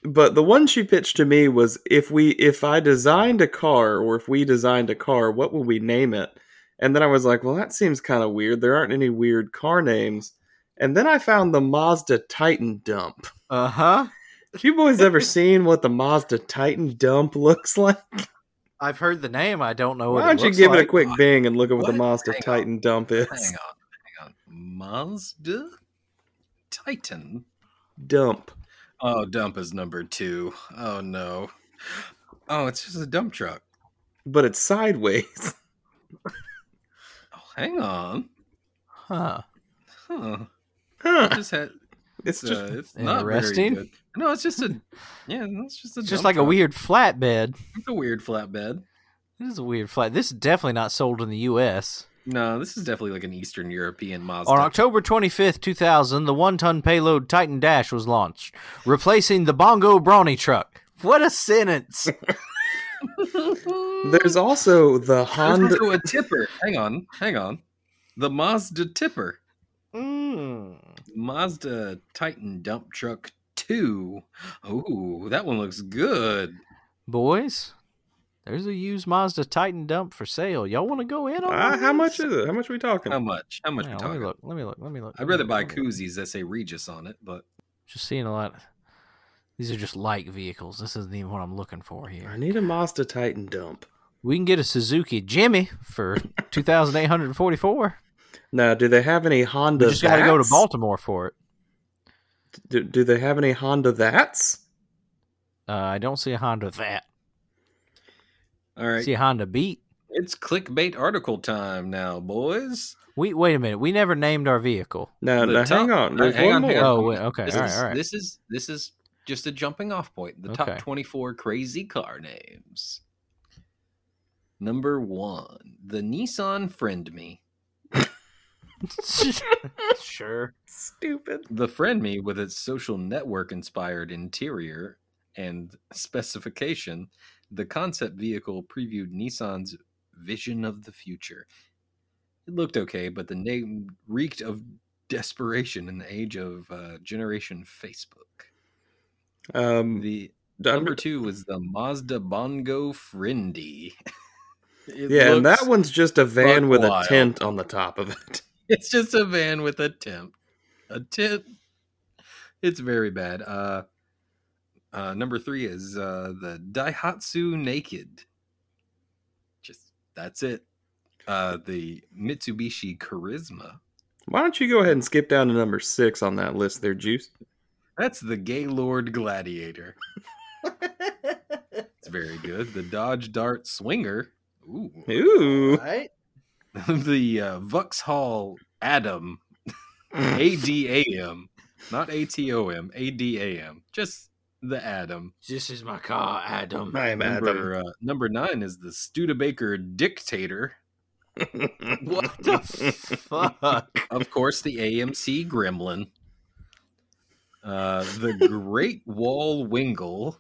But the one she pitched to me was if we if I designed a car or if we designed a car, what would we name it? And then I was like, well, that seems kind of weird. There aren't any weird car names. And then I found the Mazda Titan dump.
Uh huh.
Have you boys ever seen what the Mazda Titan dump looks like?
I've heard the name. I don't
Oh,
know what
Why don't
it
you
looks
give
like.
it a quick bing and look at what, the
What?
Mazda
Hang on.
Titan dump is?
Hang on, hang on. Mazda Titan.
Dump.
Oh, dump is number two. Oh no. Oh, it's just a dump truck.
But it's sideways.
Oh, hang on.
Huh.
Huh. I
Huh.
just had
It's just
uh, it's not very
Interesting.
good. No, it's just a yeah, it's just a
It's just
dump
like a
truck.
weird flatbed.
It's a weird flatbed.
This is a weird flat. This is definitely not sold in the U.S.
No, this is definitely like an Eastern European Mazda.
On October 25th, 2000, the one ton payload Titan Dash was launched, replacing the Bongo Brawny truck. What a sentence.
there's also the
There's
Honda
also a tipper. Hang on, hang on. The Mazda tipper, Hmm. Mazda Titan dump truck two. Oh, that one looks good.
Boys, there's a used Mazda Titan dump for sale. Y'all want to go in on
Uh,
one
how
of
much
these?
is it? How much are we talking?
How much? How much
Hang
we
on, let me
talking?
look. Let me look. Let me look.
I'd rather buy
coos.
koozies that say Regis on it, but
Just seeing a lot. These are just light vehicles. This isn't even what I'm looking for
I
here.
need a Mazda Titan dump.
We can get a Suzuki Jimmy for 2,844.
Now, do they have any Honda?
We just got to go to
that's?
Baltimore for it.
Do, do they have any Honda that's?
Uh, I don't see a Honda that.
all right.
See a Honda Beat.
It's clickbait article time now, boys.
We wait a minute. We never named our vehicle.
No,
The
no.
top-
Hang on.
uh,
There's
hang
one
on,
more.
hang on.
Oh, wait, okay.
this
all right,
is
all right.
this is this is just a jumping off point. The top
Okay.
24 crazy car names. Number 1, the Nissan Friend Me.
sure.
Stupid.
The Friend Me with its social network inspired interior and specification, the concept vehicle previewed Nissan's vision of the future. It looked okay, but the name reeked of desperation in the age of uh, generation Facebook.
Hmm.
Um,
The
I'm-
Number two was the Mazda Bongo Frindy. It
yeah, and that
looks-
one's just a van with
wild.
a tent on the top of it.
It's just a van with a tent. A tent. It's very bad. Uh, uh, number three is uh, the Daihatsu Naked. Just that's it. Uh, the Mitsubishi Charisma.
Why don't you go ahead and skip down to number six on that list there, Juice?
That's the Gaylord Gladiator. It's very good. The Dodge Dart Swinger. Ooh.
Ooh.
right.
the uh, Vauxhall Adam, A D A M, not A T O M, A D A M, just the Adam.
This is my car, Adam.
I am Adam.
Number, uh, number nine is the Studebaker Dictator.
What the fuck?
Of course, the AMC Gremlin. Uh, the Great Wall Wingle.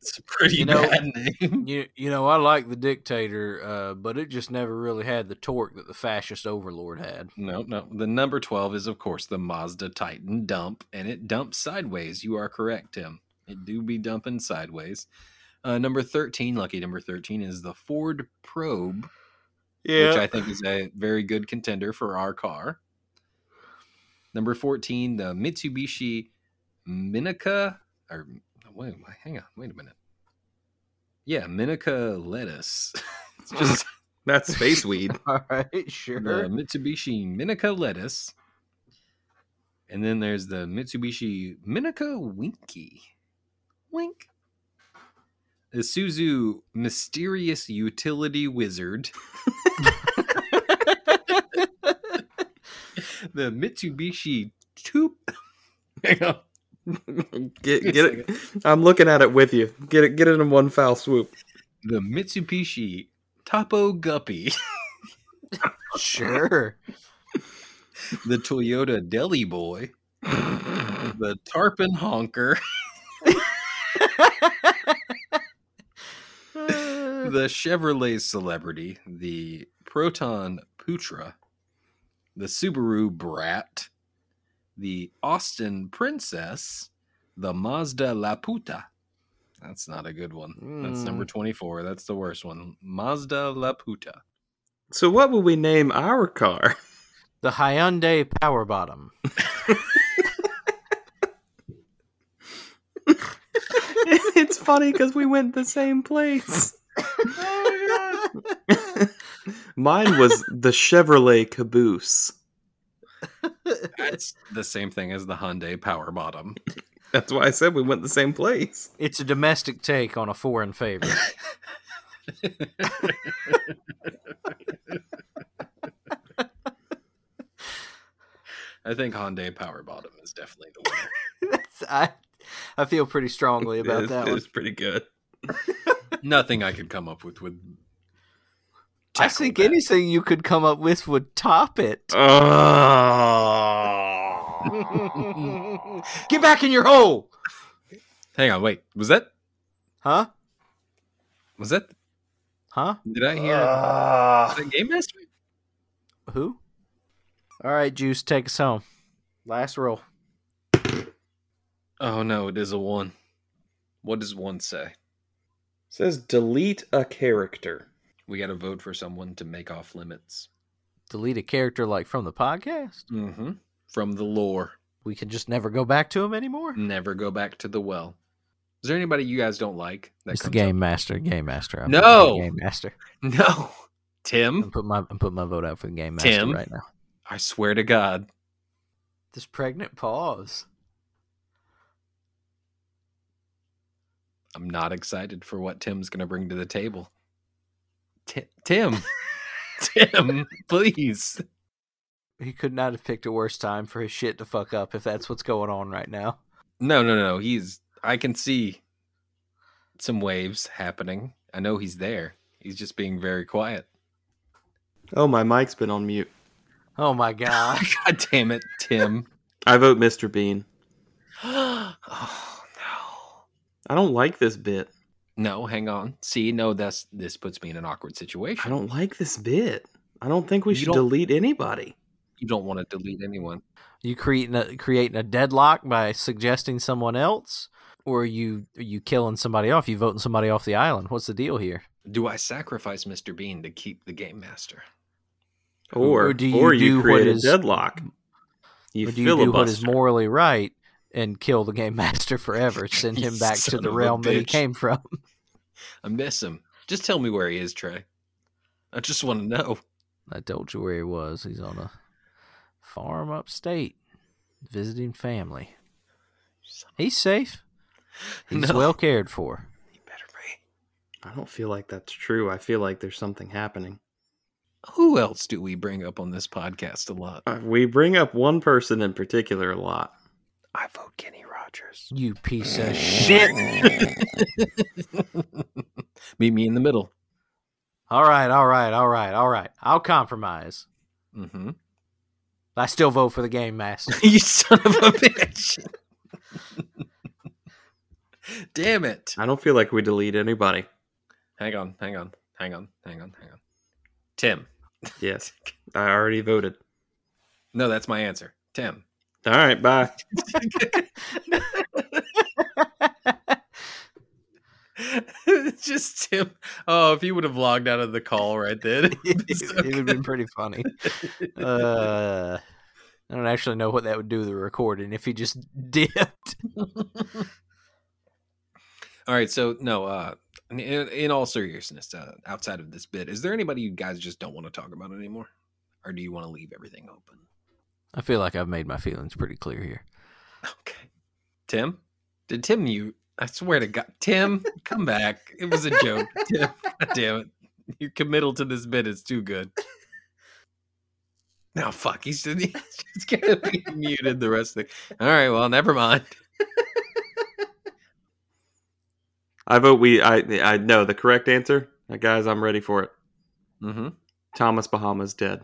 It's a pretty
You know-
bad name.
You you know I like the dictator, uh, but it just never really had the torque that the fascist overlord had.
No, no. The number 12 is, of course, the Mazda Titan dump, and it dumps sideways. You are correct, Tim. It do be dumping sideways. Uh, number 13, lucky number 13, is the Ford Probe, which I think is a very good contender for our car. Number 14, the Mitsubishi Minica, or wait, hang on, wait a minute. Yeah, Minica Lettuce. it's just
That's space weed.
All right, sure.
the Mitsubishi Minica lettuce. And then there's the Mitsubishi Minica Winky. Wink. The Suzu Mysterious Utility Wizard. the Mitsubishi Toop. Hang on.
Get, get it. I'm looking at it with you. Get it. Get it in one foul swoop.
the Mitsubishi Topo Guppy,
Sure.
the Toyota Deli Boy, the Tarpon Honker,
Hmm.
the Chevrolet Celebrity, the Proton Putra, the Subaru Brat, the Austin Princess, the Mazda Laputa. That's not a good one. That's number 24. That's the worst one. Mazda Laputa.
So what will we name our car?
the Hyundai Power Bottom.
it's funny because we went the same place.
Oh
Mine was the Chevrolet Caboose.
That's the same thing as the Hyundai Power Bottom.
That's why I said we went the same place.
It's a domestic take on a foreign favorite.
I think Hyundai Power Bottom is definitely the winner.
I, I feel pretty strongly about
It's-
that
it
one.
was pretty good.
Nothing I could come up with would.
I
tackle
think
that.
anything you could come up with would top it. Ah.
Oh.
Get back in your hole,
Hang on, wait. Was that?
huh?
Was that?
Huh?
Did I hear?
Uh,
Ah.
was that Game Master?
Who? All right, Juice, take us home. Last roll.
Oh no, it is a one. What does one say?
says delete a character.
We got to vote for someone to make off limits.
Delete a character like from the podcast.
Mm-hmm. From the lore,
We can just never go back to him anymore.
never go back to the well. Is there anybody you guys don't like? That
It's the
comes
game master. Game master. I'm
No!
voting game master.
up? No,
I'm
Tim.
putting my I'm putting my vote out for the game master
Tim?
right now.
I swear to God.
This pregnant pause.
I'm not excited for what Tim's going to bring to the table. Ti- Tim, Tim, please.
He could not have picked a worse time for his shit to fuck up if that's what's going on right now.
No, no, no. He's. I can see some waves happening. I know he's there. He's just being very quiet.
Oh, my mic's been on mute.
Oh my god.
God damn it, Tim.
I vote Mr. Bean.
oh no.
I don't like this bit.
No, hang on. See, no, that's this puts me in an awkward
I
situation.
don't like this bit. I don't think we
You
should
don't-
delete anybody.
you don't want to delete anyone.
you creating a creating a deadlock by suggesting someone else, or you you killing somebody off, you voting somebody off the island. What's the deal here?
Do I sacrifice Mr. Bean to keep the game master?
Or,
Or
or,
do you do
you
what
create
is-
a deadlock. You
or do you
filibuster.
do what is morally right and kill the game master forever, send
You
him back to
son
the
of a
realm that he
bitch.
came from?
I miss him. Just tell me where he is, Trey. I just want to know.
I told you where he was. He's on a farm upstate, visiting family. He's safe. He's
No.
well cared for.
He better be.
I don't feel like that's true. I feel like there's something happening.
Who else do we bring up on this podcast a lot?
Uh, we bring up one person in particular a lot.
I vote Kenny Rogers.
You piece of shit.
Meet me in the middle.
All right, all right, all right, all right. I'll compromise.
Mm-hmm.
I still vote for the game master.
you son of a bitch. Damn it.
I don't feel like we delete anybody.
Hang on, hang on, hang on, hang on, hang on. Tim.
Yes, I already voted.
No, that's my answer. Tim.
All right, bye.
Just Tim. Oh, if he would have logged out of the call right then.
it would have been pretty funny. Uh, I don't actually know what that would do to the recording if he just dipped.
All right, so no, uh in, in all seriousness, uh, outside of this bit, is there anybody you guys just don't want to talk about anymore? Or do you want to leave everything open?
I feel like I've made my feelings pretty clear here.
Okay. Tim? Did Tim mute? I swear to God. Tim, come back. It was a joke. Tim, God damn it. Your committal to this bit is too good. No, fuck. He's just, he's just going to be muted the rest of the. All right. Well, never mind.
I vote we. I I know the correct answer, Uh, guys. I'm ready for it.
Mm-hmm.
Thomas Bahama's dead.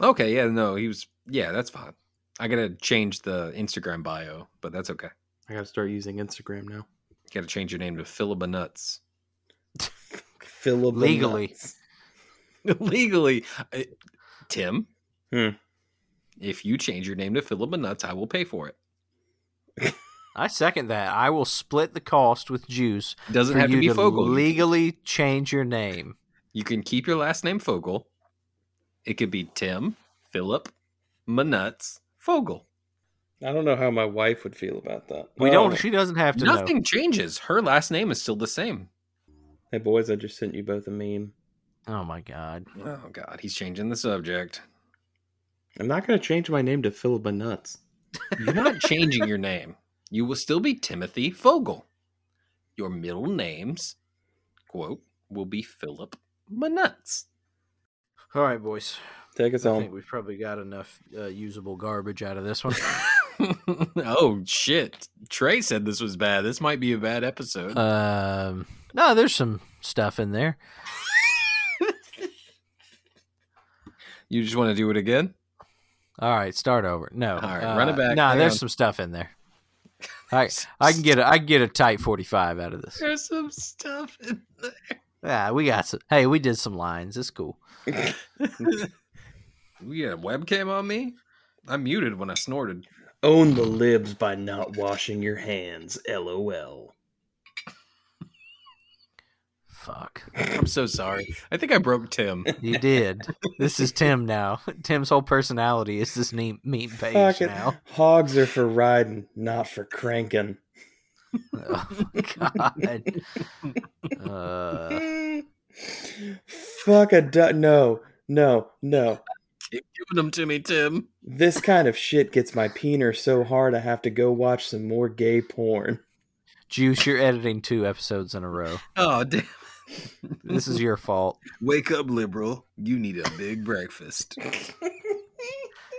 Okay, yeah, no, he was. Yeah, that's fine. I gotta change the Instagram bio, but that's okay.
I gotta start using Instagram now.
Gotta change your name to Philip Nuts.
Philip
Legally.
Nuts.
Legally, I- Tim.
Hmm.
If you change your name to Philip Nuts, I will pay for it.
I second that. I will split the cost with Juice
Doesn't
for
have
you
to be
to
Fogel. You-
legally change your name.
You can keep your last name Fogel. It could be Tim, Philip, Manuts, Fogel.
I don't know how my wife would feel about that.
We
Oh,
don't. She doesn't have to
Nothing
know.
changes. Her last name is still the same.
Hey boys, I just sent you both a meme.
Oh my god.
Oh God, he's changing the subject.
I'm not gonna change my name to Philip Nuts.
You're not changing your name. You will still be Timothy Fogel. Your middle names, quote, will be Philip Manuts.
All right, boys.
Take us
I think
home.
we've probably got enough uh, usable garbage out of this one.
oh shit. Trey said this was bad. This might be a bad episode.
um, no, there's some stuff in there.
you just want to do it again?
All right, start over. No,
All right, run it back.
No,
Hang
there's
on.
some stuff in there. I I can get a I can get a tight forty five out of this.
There's some stuff in there.
Yeah, we got some. Hey, we did some lines. It's cool.
You got a Oh, webcam on me? I muted when I snorted.
Own the libs by not washing your hands. LOL.
Fuck,
I'm so sorry. I think I broke Tim.
you did. this is Tim now. Tim's whole personality is this neat meat page
Fuck it.
now.
Hogs are for riding, not for cranking.
Oh, God. Uh,
Fuck a du- no, no, no.
Keep giving them to me, Tim.
This kind of shit gets my peener so hard I have to go watch some more gay porn.
Juice, you're editing two episodes in a row.
Oh, damn.
This is your fault.
Wake up, liberal. You need a big breakfast.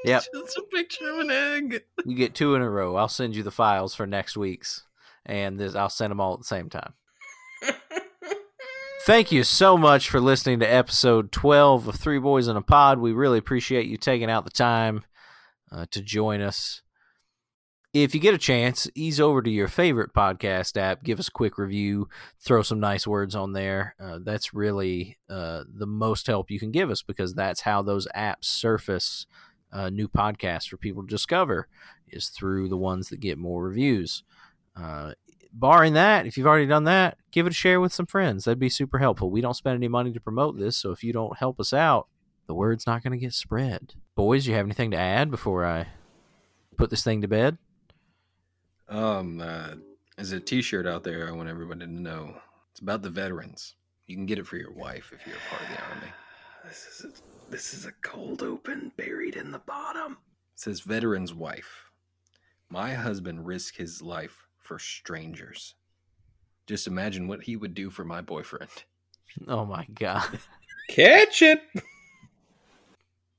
Yep.
It's a picture of an egg.
You get two in a row. I'll send you the files for next week's, and this, I'll send them all at the same time. Thank you so much for listening to episode 12 of Three Boys in a Pod. We really appreciate you taking out the time uh, to join us. If you get a chance, ease over to your favorite podcast app, give us a quick review, throw some nice words on there. Uh, that's really uh, the most help you can give us because that's how those apps surface uh, new podcasts for people to discover is through the ones that get more reviews. Uh, barring that, if you've already done that, give it a share with some friends. That'd be super helpful. We don't spend any money to promote this, so if you don't help us out, the word's not going to get spread. Boys, you have anything to add before I put this thing to bed?
Um, uh, there's a T-shirt out there. I want everybody to know. It's about the veterans. You can get it for your wife if you're a part of the army. It
This is a, this is a cold open buried in the bottom.
says veteran's wife. My husband risked his life for strangers. Just imagine what he would do for my boyfriend.
Oh my God.
Catch it.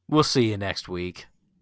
We'll see you next week.